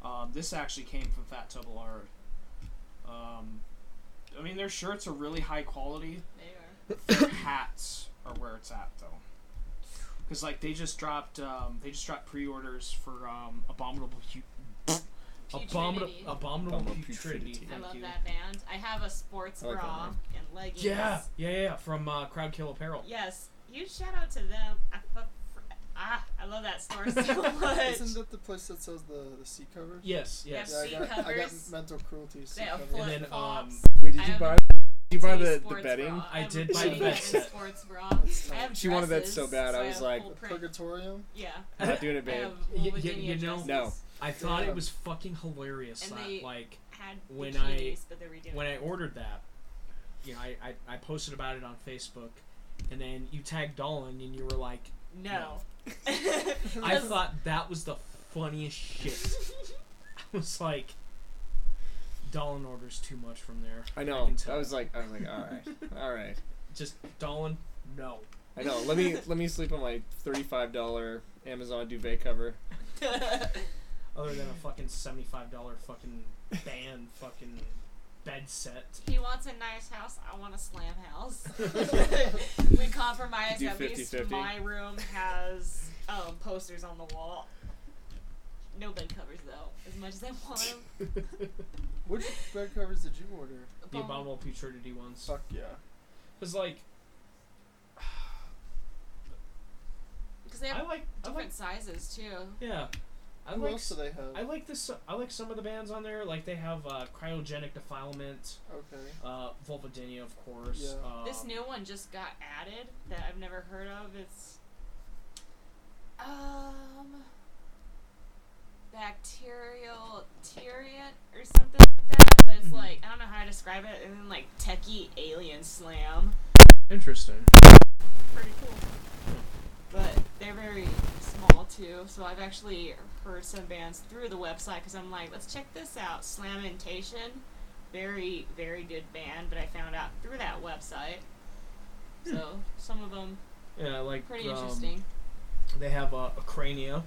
Um, this actually came from Fat Tub Lard. Um, I mean, their shirts are really high quality.
They are.
Their hats are where it's at though, because like they just dropped um, they just dropped pre-orders for um, Abominable Hu- Abominable
Putridity.
Abominable
Abominable
Putridity.
Putridity.
I
Thank
love
you.
that band. I have a sports
I like that
bra
one.
and leggings.
Yeah, yeah, yeah, yeah, from uh, Crowd Kill Apparel.
Yes. Huge shout out to them. I, fuck, ah, I love that store so much.
Isn't that the place that sells the, the seat covers?
Yes,
Yeah,
yes.
I
Seat
got, I got
covers.
mental cruelty seat
They have
covers.
full-
And then um,
Flip-flops.
Wait, did
I
you
have
buy?
a
Did you buy
Teddy
the, the
sports
betting?
bra.
I
have
did
a
buy the
Betty White
bet
set.
sports bra.
That's
I have
She wanted that
dresses,
so bad, I
so
was
have
like-
full print.
Purgatorium?
yeah.
I'm not doing it,
I
babe.
have
Y-
full
y-
Virginia
you know-
dresses.
No.
I thought
Yeah.
it was fucking hilarious
And
that
they-
like
Had
When I-
bikinis, but they're redoing
when I
it.
ordered that, you know, I, I, I posted about it on Facebook, and then you tagged Dolan and you were like,
No.
I thought that was the funniest shit. I was like, Dolan orders too much from there.
I
I
know.
can tell.
I was like, I was like, all right, all right.
Just Dolan, no.
I know. Let me let me sleep on my thirty-five dollar Amazon duvet cover.
Other than a fucking seventy-five dollar fucking band fucking bed set.
he wants a nice house. I want a slam house. we compromised.
Do
At least
50-50.
my room has um, posters on the wall. No bed covers though. As much as I want 'em.
Which bed covers did you order?
The
Um,
abominable putridity ones.
Fuck yeah.
Cause like
Because they have
I like I like
different sizes too.
yeah. I
Who
like
else do they have?
I like this. I like some of the bands on there. Like they have uh, Cryogenic Defilement,
okay.
uh, Vulvodynia, of course.
Yeah.
Um,
this new one just got added that I've never heard of. It's um bacterial tyrant or something like that. But it's like I don't know how to describe it. And then like techie alien slam.
Interesting.
pretty cool. But they're very small too, so I've actually heard some bands through the website because I'm like, let's check this out. Slamentation, very very good band, but I found out through that website. So
Hmm.
some of them
Yeah, like
pretty
um,
interesting.
They have uh, a crania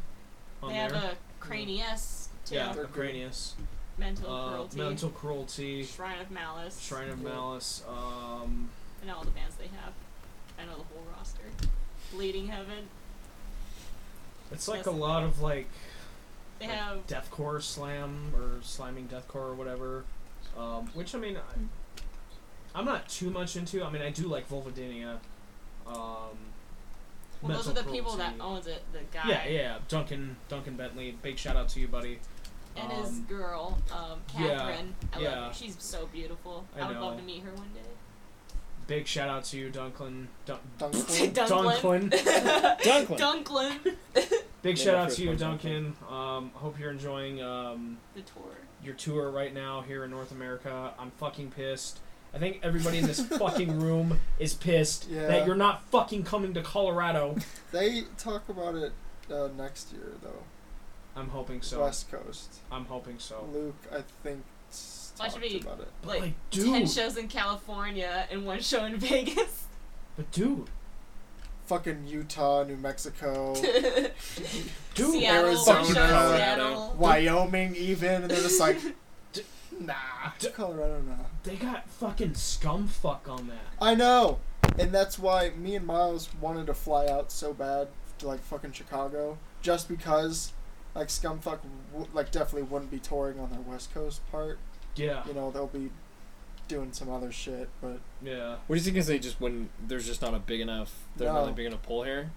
on
They
there. Hmm.
have a Cranius too,
yeah,
They're
a cranius.
mental
Uh,
cruelty,
mental cruelty.
Shrine of Malice,
Shrine of
Yeah.
Malice. Um,
and all the bands they have. I know the whole roster. Bleeding Heaven.
it's like
Yes.
a lot of like
They
Like
have
deathcore slam or slamming deathcore or whatever. Um, which I mean, I, I'm not too much into. I mean, I do like Vulvodynia. Um,
well, those
Mental
are the people that
Cruelty.
owns it. The guy.
yeah, yeah, Duncan, Duncan Bentley. Big shout out to you, buddy.
and his
Um,
girl, um,
yeah,
Catherine. I love
yeah.
her. She's so beautiful.
I
I, would love
know.
to meet her one day.
Big shout out to you, Duncan. Dun-
Dunklin?
Dunklin.
Dunklin.
Dunklin.
big
Yeah,
shout
my
out
first
to you,
one's
Duncan. Um, hope you're enjoying um,
The tour.
your tour right now here in North America. I'm fucking pissed. I think everybody in this fucking room is pissed
Yeah.
that you're not fucking coming to Colorado.
They talk about it uh, next year, though.
I'm hoping so. Oh.
West Coast.
I'm hoping so.
Luke, I think, s-
Why
talked
should we-
about it.
Like,
like,
Ten
dude,
shows in California and one show in Vegas.
but dude,
Fucking Utah, New Mexico,
dude,
Seattle,
Arizona,
one show in
Colorado.
Seattle.
Wyoming, even, and they're just like,
D-
nah, Colorado, nah.
they got fucking scumfuck on that.
I know, and that's why me and Miles wanted to fly out so bad to like fucking Chicago, just because, like Scumfuck, w- like definitely wouldn't be touring on their West Coast part.
Yeah,
You know, they'll be doing some other shit, but
yeah.
What do you think? Is they just when there's just not a big enough there's
No.
not a big enough pull here?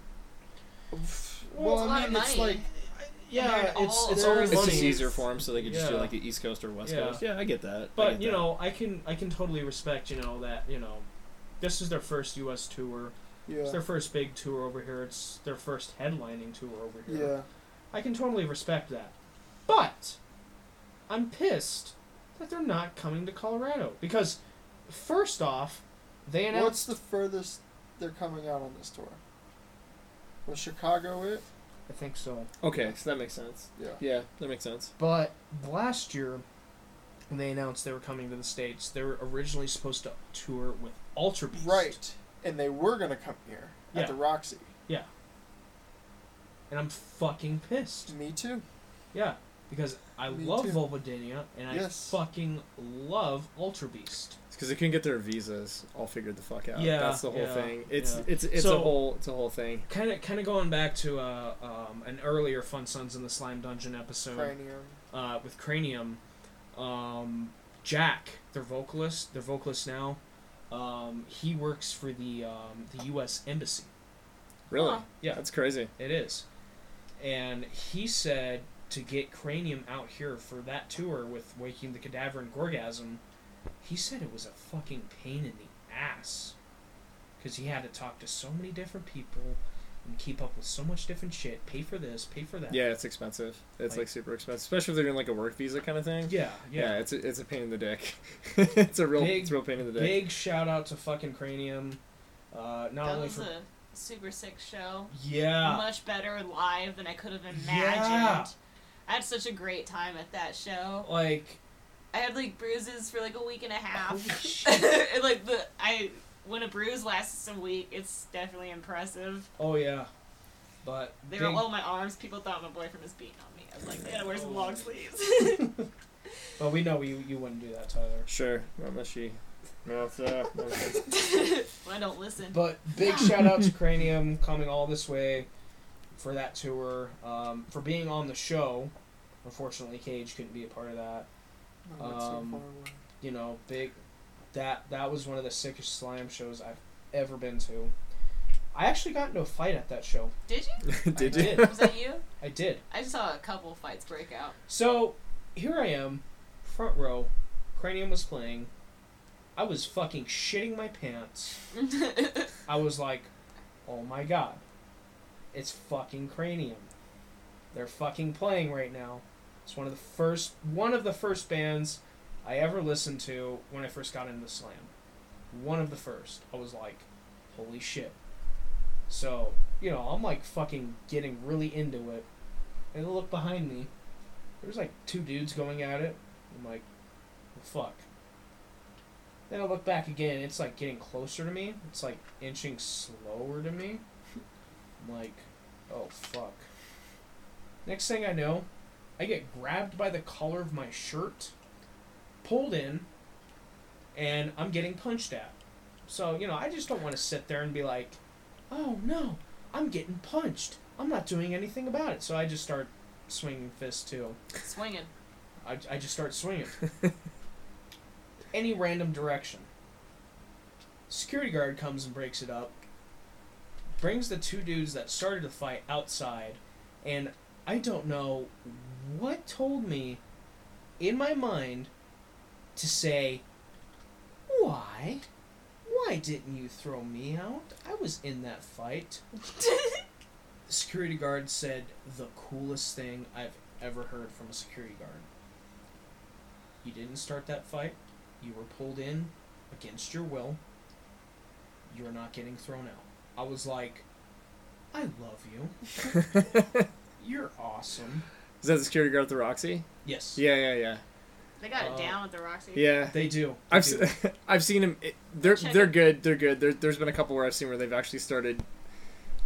well,
it's a lot
I
of
mean, it's
money.
like
They're
Yeah, it's
all
it's always
over
It's
money.
just easier for them, so they could just do
Yeah.
like the East Coast or West
Yeah.
Coast. Yeah, I get that. I
But
get
you
that.
know, I can I can totally respect you know that you know, this is their first U.S. tour. It's
yeah,
their first big tour over here. It's their first headlining tour over here.
yeah.
I can totally respect that. But I'm pissed that they're not coming to Colorado because first off, they
What's
announced
the furthest they're coming out on this tour? Was Chicago it?
I think so.
Okay, so that makes sense.
Yeah.
Yeah, that makes sense.
But last year when they announced they were coming to the states, they were originally supposed to tour with Ultra Beast.
Right. And they were gonna come here
Yeah.
at the Roxy.
and I'm fucking pissed.
Me too.
Yeah, because I
Me
love
too.
Volvodinia and
Yes.
I fucking love Ultra Beast.
It's because they couldn't get their visas all figured the fuck out.
Yeah,
that's the whole
yeah,
thing. It's
yeah.
it's it's
So-
a whole it's a whole thing.
Kind of, kind of going back to uh, um, an earlier Fun Sons in the Slime Dungeon episode.
Cranium.
uh, with Cranium, um, Jack, their vocalist, their vocalist now, um, he works for the um, the U.S. Embassy.
Really?
Huh.
Yeah.
that's crazy.
It is, and he said to get Cranium out here for that tour with Waking the Cadaver and Gorgasm. He said it was a fucking pain in the ass, because he had to talk to so many different people. And keep up with so much different shit. Pay for this, pay for that.
Yeah, it's expensive. It's
Like-
like, super expensive, especially if they're doing like a work visa kind of thing.
yeah, yeah.
it's a, it's a pain in the dick. it's a real
Big-
it's a real pain in the dick.
Big shout out to fucking Cranium. Uh, not
That
only
was
for
a super sick show.
yeah,
Much better live than I could have imagined.
Yeah.
I had such a great time at that show.
like
I had like bruises for like a week and a half.
Holy shit.
and, like the I when a bruise lasts a week, it's definitely impressive.
oh yeah, but
They
big,
were all in my arms. People thought my boyfriend was beating on me. I was like, I gotta wear some long sleeves.
but we know you you wouldn't do that, Tyler.
Sure, not unless she. No, it's uh. no, it's-
well, I don't listen.
But big shout out to Cranium coming all this way for that tour, um, for being on the show. Unfortunately, Cage couldn't be a part of that.
Oh, that's so
Um,
far away.
you know, big. That that was one of the sickest slime shows I've ever been to. I actually got into a fight at that show.
Did you?
Did
I
you?
did.
Was that you?
I did.
I just saw a couple fights break out.
So here I am, front row. Cranium was playing. I was fucking shitting my pants. I was like, oh my god. It's fucking Cranium. They're fucking playing right now. It's one of the first one of the first bands I ever listened to when I first got into slam. One of the first. I was like, holy shit. So, you know, I'm like fucking getting really into it. And I look behind me. There's like two dudes going at it. I'm like, well, fuck. Then I look back again. It's like getting closer to me. It's like inching slower to me. I'm like, oh fuck. Next thing I know, I get grabbed by the collar of my shirt, pulled in, and I'm getting punched at. So, you know, I just don't want to sit there and be like, oh no, I'm getting punched. I'm not doing anything about it. So I just start swinging fists too.
Swinging.
I, I just start swinging. Any random direction. Security guard comes and breaks it up. Brings the two dudes that started the fight outside, and I don't know what told me in my mind to say, Why? Why didn't you throw me out? I was in that fight. the security guard said the coolest thing I've ever heard from a security guard. You didn't start that fight. You were pulled in against your will. You're not getting thrown out. I was like, I love you. You're awesome.
Is that the security guard at the Roxy?
Yes.
Yeah, yeah, yeah,
They got
Oh.
it down at the Roxy.
Uh, yeah.
They do. They
I've
do.
se- I've seen them. It, they're
Check
they're
it.
good. They're good. There, there's been a couple where I've seen where they've actually started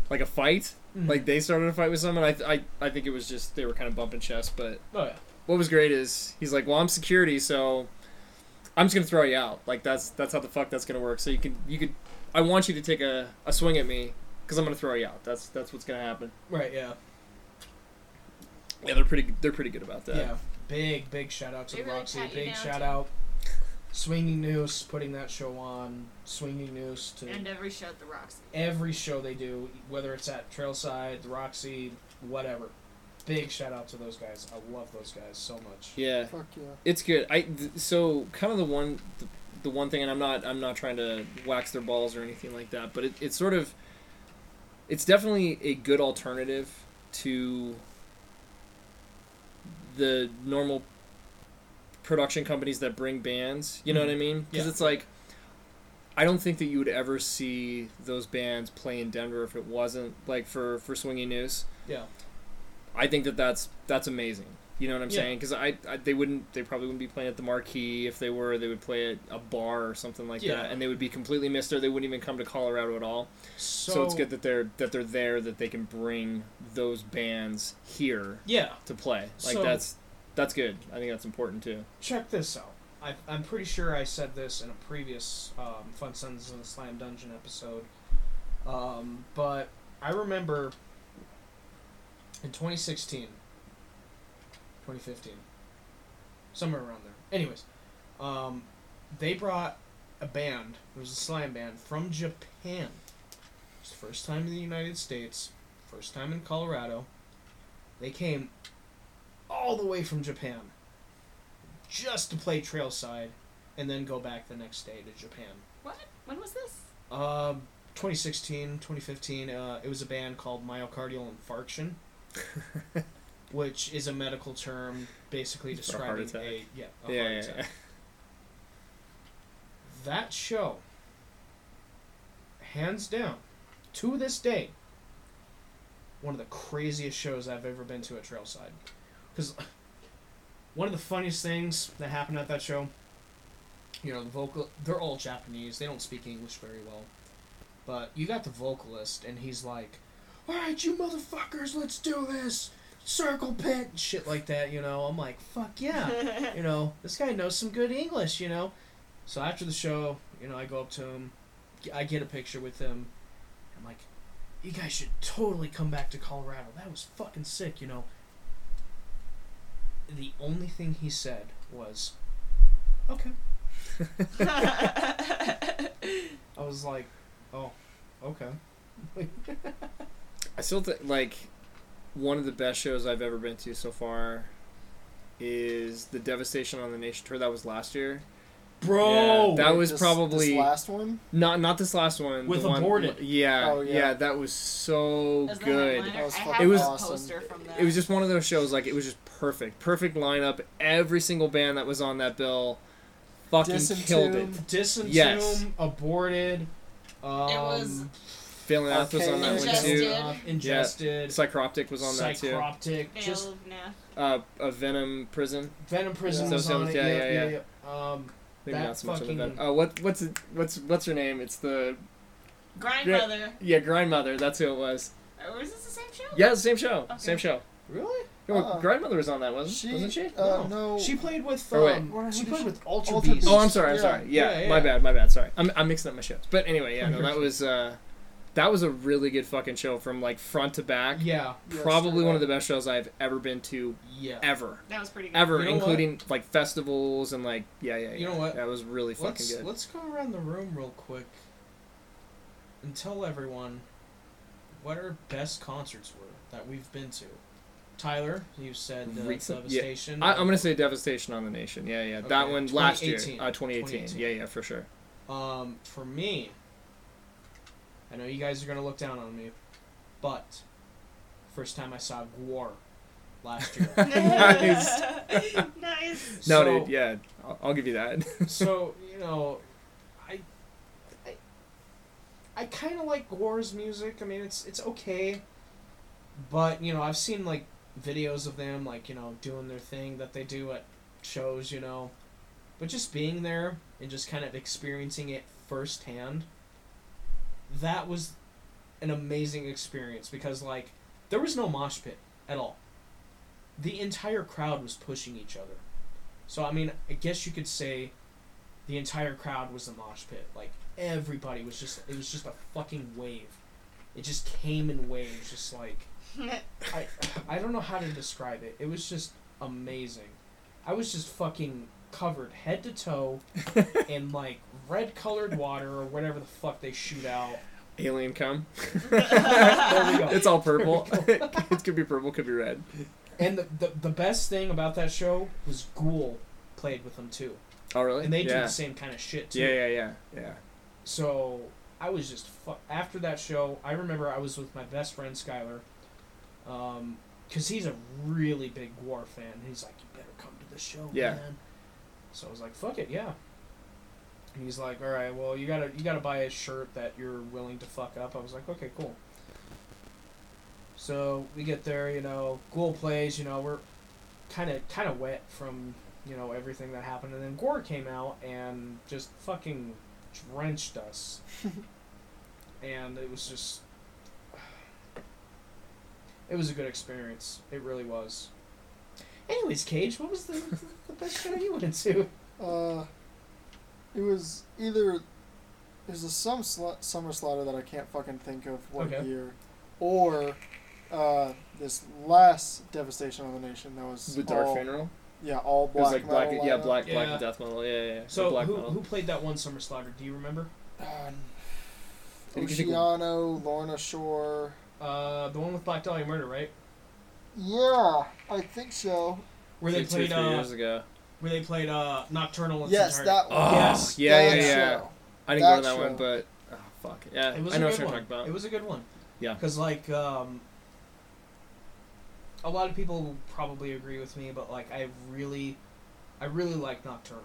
like a fight.
Mhm.
Like they started a fight with someone. I, th- I I think it was just they were kind of bumping chests. But
oh, yeah.
what was great is he's like, well, I'm security, so I'm just gonna throw you out. Like that's that's how the fuck that's gonna work. So you can you could I want you to take a, a swing at me because I'm gonna throw you out. That's that's what's gonna happen.
Right, yeah.
Yeah, they're pretty they're pretty good about that.
Yeah. Big, big shout out to
They
the
really
Roxy.
pat you
Big
down,
shout
too.
out. Swinging Noose, putting that show on. Swinging Noose to
And every show at the Roxy.
every show they do, whether it's at Trailside, the Roxy, whatever. Big shout out to those guys. I love those guys so much.
Yeah.
Fuck yeah.
It's good. I th- so kind of the one, the, the one thing, and I'm not I'm not trying to wax their balls or anything like that, but it, it's sort of, it's definitely a good alternative to the normal production companies that bring bands. You know what I mean? Because
Yeah.
it's like. I don't think that you would ever see those bands play in Denver if it wasn't like for for swinging news.
Yeah.
I think that that's that's amazing. You know what I'm
Yeah.
saying? 'Cause saying? Because I, I, they wouldn't, they probably wouldn't be playing at the marquee. If they were, they would play at a bar or something like
Yeah.
that, and they would be completely missed there. They wouldn't even come to Colorado at all.
So,
So, it's good that they're that they're there, that they can bring those bands here
yeah.
to play. Like
So-
that's that's good. I think that's important too.
check this out. I, I'm pretty sure I said this in a previous um, Fun Sons and the Slam Dungeon episode, um, but I remember in 2016, 2015, somewhere around there. Anyways, um, they brought a band. It was a slam band from Japan. It's the first time in the United States, first time in Colorado. They came all the way from Japan just to play Trailside, and then go back the next day to Japan.
What? When was this?
Um, 2016, 2015, uh, it was a band called Myocardial Infarction, which is a medical term basically
For a heart
describing
attack.
a, yeah, a
yeah,
heart
yeah,
attack.
yeah.
That show, hands down, to this day, one of the craziest shows I've ever been to at Trailside. Because one of the funniest things that happened at that show, you know, the vocal, they're all Japanese. They don't speak English very well. But you got the vocalist, and he's like, all right, you motherfuckers, let's do this. Circle pit, shit like that, you know. I'm like, fuck yeah you know, this guy knows some good English, you know. So after the show, you know, I go up to him, g- I get a picture with him. I'm like, you guys should totally come back to Colorado. That was fucking sick, you know. The only thing he said was, okay.
Oh,
I was like, oh, okay.
I still think like one of the best shows I've ever been to so far is the Devastation on the Nation tour. That was last year.
Bro!
Yeah, that was
this,
probably-
this last one.
Not not this last one.
With
the one,
Aborted.
Yeah,
Oh,
yeah,
yeah.
that was so
Is that
good.
headliner?
That was
I
fucking
have it was
awesome.
poster from that.
It was just one of those shows like it was just perfect, perfect lineup. Every single band that was on that bill, fucking
Disentomb.
killed it.
Disentomb,
Yes.
aborted. Um,
was-
Failing Out was on that one
Ingested.
too.
uh, ingested.
Psychroptic was on that too.
Psychroptic. Just
Veil of Nath.
Uh, a Venom Prison.
Venom Prison
Yeah.
was
So- so-
on it.
yeah,
Yeah,
yeah,
yeah, yeah.
yeah.
Um,
Maybe
That
not so much of a
fucking-
Venom. Oh, what what's it, what's what's her name? It's the
Grindmother.
yeah Grindmother. That's who it was.
Or is Oh, this the same show?
Yeah, same show.
Okay.
Same show.
really?
No,
Uh-uh.
Grindmother was on that, wasn't
She,
wasn't she?
Uh, no.
She played with.
Oh. Or wait.
Um,
What-
she
who did
played
she-
with Ultra,
Ultra
Beast.
Oh, I'm sorry. I'm
Yeah.
sorry. Yeah,
Yeah, yeah,
my
yeah.
bad. My bad. Sorry. I'm, I'm mixing up my shows. But anyway, yeah, no, that was uh, that was a really good fucking show from like front to back.
Yeah,
Yeah,
Probably
straight
one
up.
of the best shows I've ever been to
yeah.
ever,
That was pretty good.
ever,
You know what?
including like festivals and like yeah, yeah. yeah.
You know what?
That was really fucking
let's
good.
let's go around the room real quick and tell everyone what our best concerts were that we've been to. Tyler, you said uh,
Recent- yeah.
Devastation.
I, I'm gonna say devastation on the nation. Yeah, yeah. That
Okay,
one last year,
2018.
uh, 2018.
2018.
Yeah, yeah, for sure.
Um, for me, I know you guys are gonna look down on me, but first time I saw Gwar last year.
nice.
nice.
No,
So-
dude. Yeah, I'll, I'll give you that.
so you know, I, I, I kind of like Gore's music. I mean, it's it's okay, but you know, I've seen like videos of them, like you know, doing their thing that they do at shows, you know, but just being there and just kind of experiencing it firsthand, that was an amazing experience because like there was no mosh pit at all. The entire crowd was pushing each other. So I mean, I guess you could say the entire crowd was the mosh pit. Like everybody was just it was just a fucking wave. It just came in waves, just like I I don't know how to describe it. It was just amazing. I was just fucking covered head to toe in like red colored water or whatever the fuck they shoot out.
Alien come.
There we go.
It's all purple.
There
it could be purple. Could be red.
And the, the the best thing about that show was Ghoul played with them too.
Oh, really?
And they do
yeah.
the same kind of shit too.
Yeah, yeah, yeah, yeah.
So I was just fu- after that show. I remember I was with my best friend Skylar, Um 'cause because he's a really big War fan. He's like, you better come to the show,
Yeah.
man. So I was like, fuck it, yeah. And he's like, all right, well, you gotta you gotta buy a shirt that you're willing to fuck up. I was like, okay, cool. So we get there, you know, Ghoul plays, you know, we're kind of kind of wet from you know everything that happened, and then Gore came out and just fucking drenched us, and it was just it was a good experience. It really was. Anyways, Cage, what was the the best show you went into?
Uh, it was either it was a some sla- summer slaughter that I can't fucking think of what
Okay.
year, or uh, this last devastation on the nation that was
The Dark
all,
Funeral.
Yeah, all
It was
black.
like black,
metal
yeah,
lineup.
black,
Yeah.
black death metal. Yeah, yeah. yeah.
So
black
who,
metal.
who played that one Summer Slaughter? Do you remember?
Um,
Did you think-
Oceano, Lorna Shore.
Uh, the one with Black Dahlia Murder, right?
Yeah, I think so.
Where they
Two, three
played uh,
years ago.
where they played uh, Nocturnal. In
yes,
its
that
entirety.
one.
Oh,
yes.
yeah, yeah,
that
yeah.
show.
I didn't go to
that
that one,
show.
but oh, fuck. Yeah,
It was
I
a
know what
good
you're
one.
talking about.
It was a good one.
Yeah.
Because like um, a lot of people will probably agree with me, but like I really, I really like Nocturnal.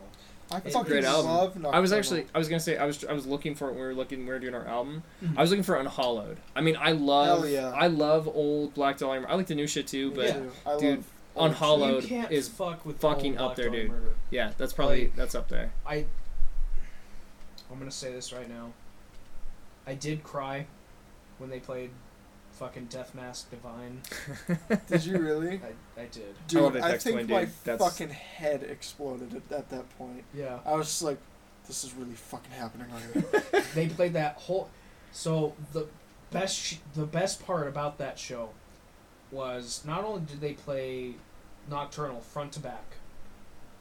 I
a
fucking
great album.
love
I was
Nocturnal.
actually, I was gonna say, I was, I was looking for it when we were looking, we were doing our album.
Mhm.
I was looking for Unhollowed. I mean, I love,
Hell yeah.
I love old Black Dahlia. Murder. I like the new shit too,
Me
but yeah,
too. I love old
dude, on
shit.
Hollow- Followed
you can't
is
fuck with
fucking
old
up there,
Black Dahlia
dude.
Murder.
that's probably
Like-
that's up there.
I I'm gonna say this right now. I did cry when they played fucking Death Mask Divine.
Did you really?
I, I did.
Dude, I,
love that text
think
line, dude.
my
That's-
fucking head exploded at, at that point.
Yeah.
I was just like, this is really fucking happening right now.
they played that whole so the best sh- the best part about that show was not only did they play Nocturnal front to back.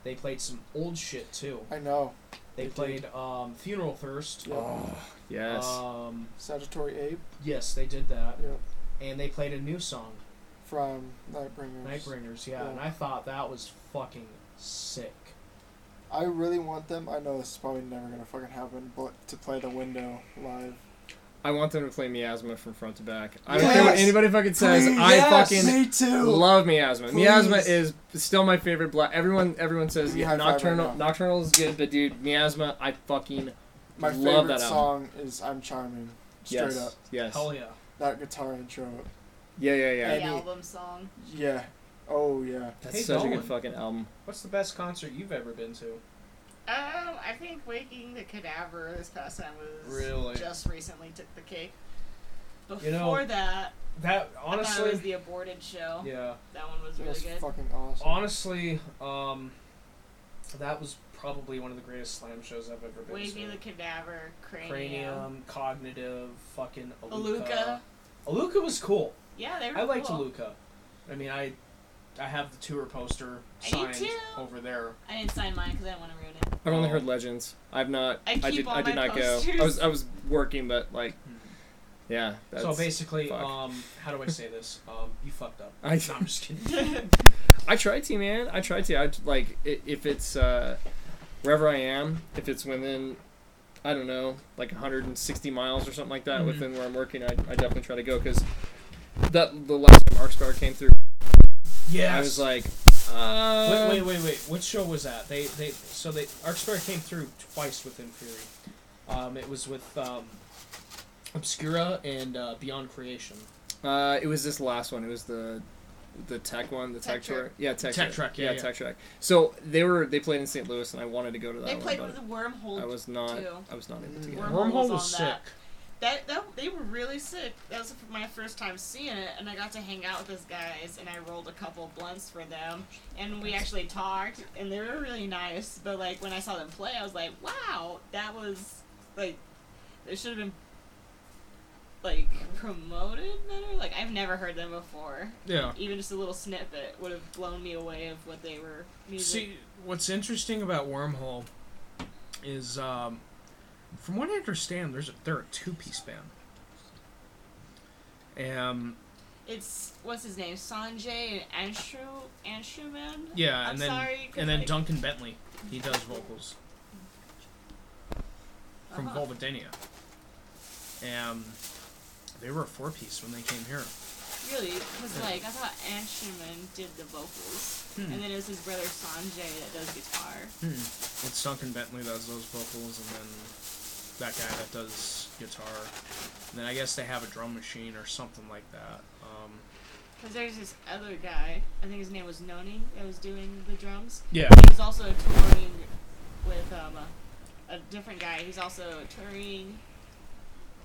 They played some old shit too.
I know.
They
They
played
did.
um, Funeral Thirst.
Yep.
Yes,
Um,
Sagittary Ape.
yes, they did that.
Yep.
And they played a new song.
From Nightbringers.
Nightbringers, yeah,
Yeah.
and I thought that was fucking sick.
I really want them. I know this is probably never gonna fucking happen, but to play the window live.
I want them to play Miasma from front to back. I don't care
Yes!
what anybody fucking says. I fucking
me too.
Love miasma.
Please.
Miasma is still my favorite black. Everyone, everyone says
Give me
yeah,
a high five right
nocturnal.
now.
nocturnal is good, but dude, miasma, I fucking
my
love
favorite
that album.
song is "I'm Charming." Straight
yes,
up,
yes,
Hell yeah.
that guitar intro.
yeah, yeah, yeah.
The
Any-
album song.
Yeah. Oh yeah.
That's
Hey,
such a
Dolan.
good fucking album.
What's the best concert you've ever been to?
Oh, I think Waking the Cadaver this past time was
Really?
just recently took the cake. Before
You know,
that,
That
I thought it
honestly,
was the aborted show.
yeah,
That one was
It
really
was
good.
fucking awesome.
honestly, um, that was probably one of the greatest slam shows I've ever been
Waking the
to.
Cadaver, Cranium,
Cranium, cognitive, fucking Aluka.
Aluka.
Aluka was cool.
Yeah, they were
I liked
cool.
Aluka. I mean, I, I have the tour poster
I do
signed
too.
over there.
I didn't sign mine because I didn't want to ruin it.
I've only
Oh.
heard legends. I've not.
I keep
did.
all
I did
my
not
posters. Hmm.
go. I was. I was working, but like, yeah. That's,
so basically,
fuck.
um, how do I say this? Um, you fucked up.
I-
No, I'm just kidding.
I try to, man. I try to. I like i- if it's uh, wherever I am, if it's within, I don't know, like 160 miles or something like that
Mhm.
within where I'm working, I, I definitely try to go because that the last time Arcstar came through,
Yeah.
I was like, uh,
Wait, wait, wait, wait. What show was that? They, they, so they, Arcstar came through twice with Fury. Um, it was with um, Obscura and uh, Beyond Creation.
Uh, it was this last one. It was the the tech one, the tech,
Tech
tour.
Track.
Yeah, tech,
Tech Track, yeah, yeah.
tech track. So they were they played in St. Louis, and I wanted to go to that
they
one,
played
but
with the Wormhole.
I was not.
too.
I was not able to
Mm.
get.
Wormhole
it.
was
Wormhole was
on
sick.
that. That, that they were really sick. That was my first time seeing it, and I got to hang out with those guys, and I rolled a couple blunts for them, and we actually talked, and they were really nice. But like when I saw them play, I was like, wow, that was like, they should have been like promoted better. Like I've never heard them before.
Yeah.
Even just a little snippet would have blown me away of what they were. Music.
See, what's interesting about Wormhole is, um, from what I understand, there's a, they're a two-piece band. Um,
it's what's his name, Sanjay and Anshu Anshuman.
yeah,
I'm
and then
sorry, 'cause,
and then
like-
Duncan Bentley, he does vocals from
Uh-huh.
Volvidenia. Um, they were a four-piece when they came here.
Really, because like I thought Anshuman did the vocals,
Hmm.
and then it was his brother Sanjay that does guitar.
It's Duncan Bentley that does those vocals, and then that guy that does guitar. And then I guess they have a drum machine or something like that. Um,
Because there's this other guy, I think his name was Noni, that was doing the drums.
Yeah.
He was also touring with um, a, a different guy. He's also touring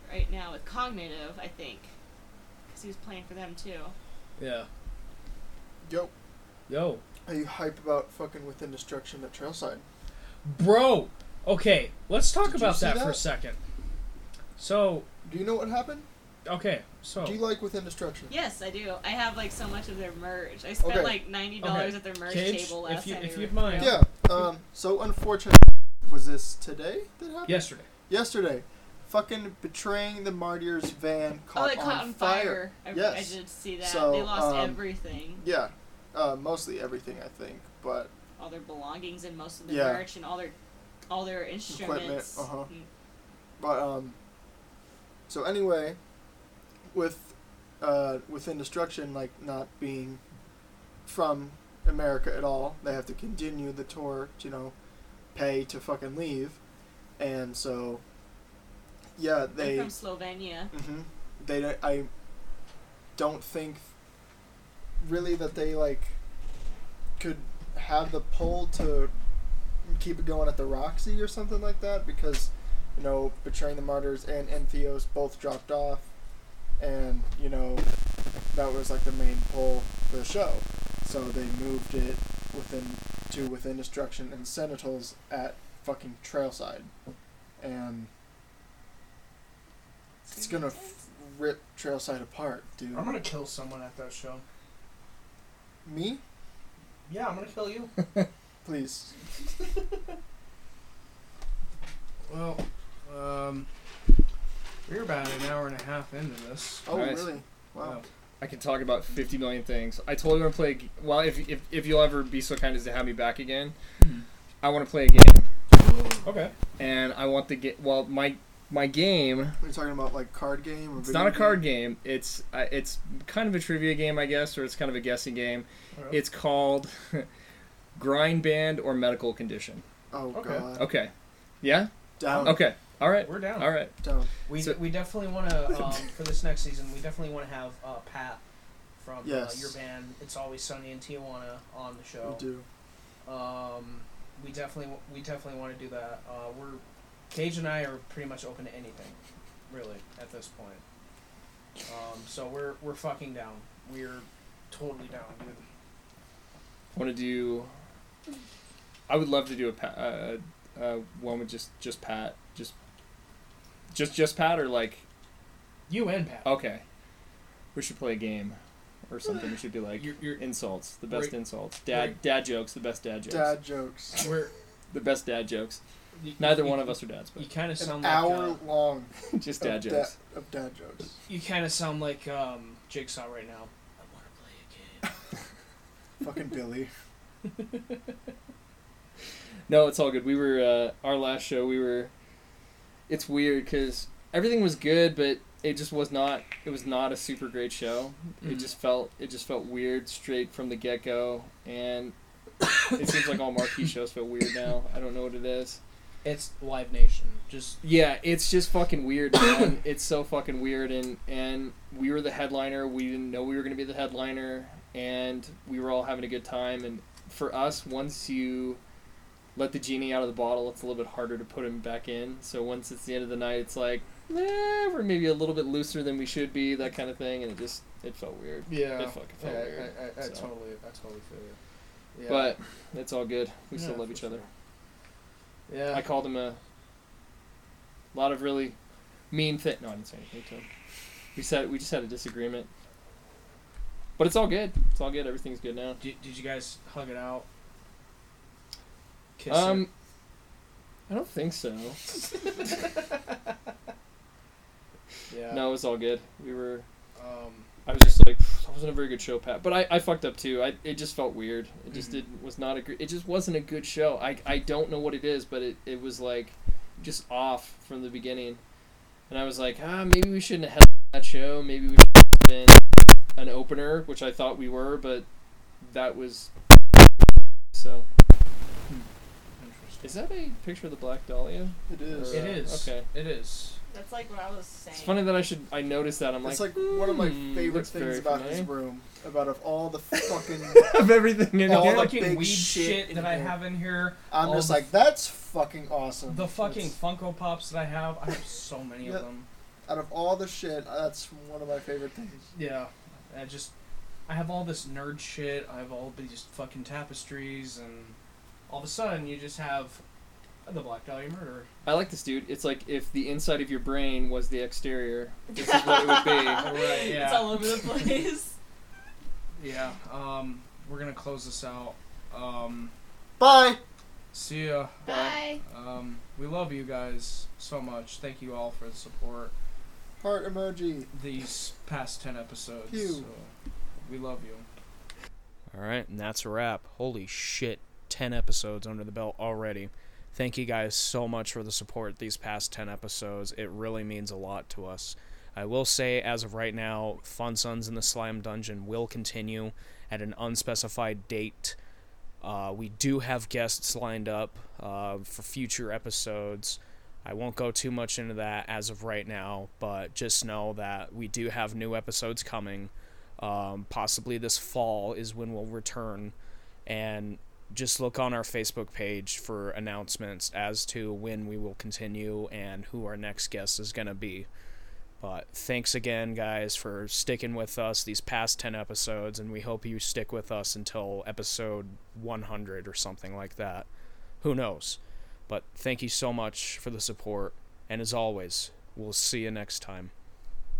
right now with Cognitive, I think. Because he was playing for them too.
Yeah.
Yo,
Yo.
are you hype about fucking Within Destruction at Trailside?
Bro. Okay, let's talk
Did you
about
see
that, for a
that?
second. So,
Do you know what happened?
okay, so
Do you
Oh.
like Within Destruction?
Yes, I do. I have like so much of their merch. I spent
Okay.
like ninety
Okay.
dollars at their merch
Cage,
table
if
last
you-
time.
if
we
you'd
were-
mind.
Yeah. Um. So unfortunately, was this today that happened?
yesterday.
Yesterday, fucking betraying the martyrs van
Oh,
caught,
they caught on fire. I,
Yes.
I did see that.
So,
they lost
um,
everything.
Yeah. Uh, mostly everything, I think, but
all their belongings and most of their
Yeah.
merch and all their all their instruments.
uh-huh.
Mm.
But um. So anyway, with uh, within destruction, like not being from America at all, they have to continue the tour. You know, pay to fucking leave, and so yeah,
They're
they
from Slovenia.
hmm They don't, I don't think really that they like could have the pull to keep it going at the Roxy or something like that because you know betraying the martyrs and Entheos both dropped off and you know that was like the main pull for the show so they moved it within to within destruction and sentinels at fucking trailside and it's gonna f- rip Trailside apart, dude.
I'm gonna kill someone at that show.
Me?
Yeah, I'm gonna kill you.
Please.
Well, um, we're about an hour and a half into this.
Oh,
Nice.
really? Wow.
I can talk about 50 million things. I totally want to play. a g- Well, if, if, if you'll ever be so kind as to have me back again, I want to play a game.
Okay.
And I want the game. Well, my my game.
We're talking about like card game. Or
It's not a card game. It's uh, it's kind of a trivia game, I guess, or it's kind of a guessing game.
Alright.
It's called Grind Band or Medical Condition.
Oh
Okay.
god.
Okay. Yeah.
Down.
Okay. All right.
We're down.
All right.
Down.
We,
So-
we definitely want to um, for this next season. We definitely want to have uh, Pat from
Yes.
uh, your band. It's always sunny in Tijuana on the show.
We do.
Um, we definitely we definitely want to do that. Uh, we're Cage and I are pretty much open to anything, really, at this point. Um, so we're we're fucking down. We're totally down, dude.
want to do. I would love to do a pa- uh, uh, one with just just Pat, just just just Pat, or like
You and Pat.
okay, we should play a game or something. We should be like
You're, you're,
insults, the best
Right.
insults, dad
Right.
dad jokes, the best dad jokes,
Dad jokes.
we're
the best dad jokes.
you-
Neither
you-
one of us are dads,
You
but
kind of
An
sound like
hour
uh,
long
just
of,
dad jokes.
da- of Oh, dad jokes.
you kind of sound like um, Jigsaw right now. I want to play a game.
Fucking Billy.
No, it's all good. We were uh, our last show. We were. It's weird because everything was good, but it just was not. It was not a super great show. It
Mhm.
just felt. It just felt weird straight from the get go, and it seems like all marquee shows feel weird now. I don't know what it is.
It's Live Nation. Just
Yeah, it's just fucking weird, man. it's so fucking weird, and and we were the headliner. We didn't know we were gonna be the headliner, and we were all having a good time. And for us, once you let the genie out of the bottle, it's a little bit harder to put him back in. So once it's the end of the night, it's like, eh, we're maybe a little bit looser than we should be, that kind of thing. And it just it felt weird.
yeah.
It fucking felt
I,
weird,
I, I, I
so.
totally I totally feel you. Yeah.
But it's all good. We still
Yeah,
love
for
each other.
yeah.
I called him a lot of really mean thing. No, I didn't say anything to him. We said we just had a disagreement, but it's all good. It's all good. Everything's good now.
Did, did you guys hug it out? Kiss
um,
it?
I don't think so.
Yeah.
No, it was all good. We were.
Um,
I was just like, that wasn't a very good show, Pat. But I, I fucked up too. I it just felt weird. It just
Mm-hmm.
Mhm.
didn't was not a gr- it just wasn't a good show. I I don't know what it is, but it it was like just off from the beginning. And I was like, ah, maybe we shouldn't have had that show. Maybe we should have been an opener, which I thought we were, but that was so.
interesting.
Is that a picture of the Black Dahlia?
It is.
It is.
Okay.
It is.
That's like what I was saying.
It's funny that I should I noticed that. I'm
That's
like,
like one of my
"Hmm,
favorite
looks
things
very
about
familiar."
his room. About of all the fucking,
of everything in
All
here.
the
Like,
like-
fucking
big
weed
shit
shit,
in
that I
here.
have in here.
I'm
All
just
the-
like that's fucking awesome.
The fucking
That's-
Funko Pops that I have. I have so many
Yeah.
of them.
out of all the shit, that's one of my favorite things.
Yeah. I just. I have all this nerd shit. I have all these fucking tapestries, and all of a sudden you just have the Black Dahlia murder.
I like this dude. It's like if the inside of your brain was the exterior, this is what it would be.
Right,
It's
yeah.
all over the place.
Yeah. Um, we're gonna close this out. Um,
Bye.
see ya.
Bye.
Um, we love you guys so much. Thank you all for the support
Heart emoji.
these past ten episodes.
Pew.
So we love you.
All right, and that's a wrap. Holy shit, 10 episodes under the belt already. Thank you guys so much for the support these past 10 episodes. It really means a lot to us. I will say, as of right now, Fun Suns in the Slime Dungeon will continue at an unspecified date. Uh, we do have guests lined up uh, for future episodes. I won't go too much into that as of right now, but just know that we do have new episodes coming um, possibly this fall is when we'll return and just look on our facebook page for announcements as to when we will continue and who our next guest is going to be but thanks again guys for sticking with us these past 10 episodes and we hope you stick with us until episode 100 or something like that who knows but thank you so much for the support and as always we'll see you next time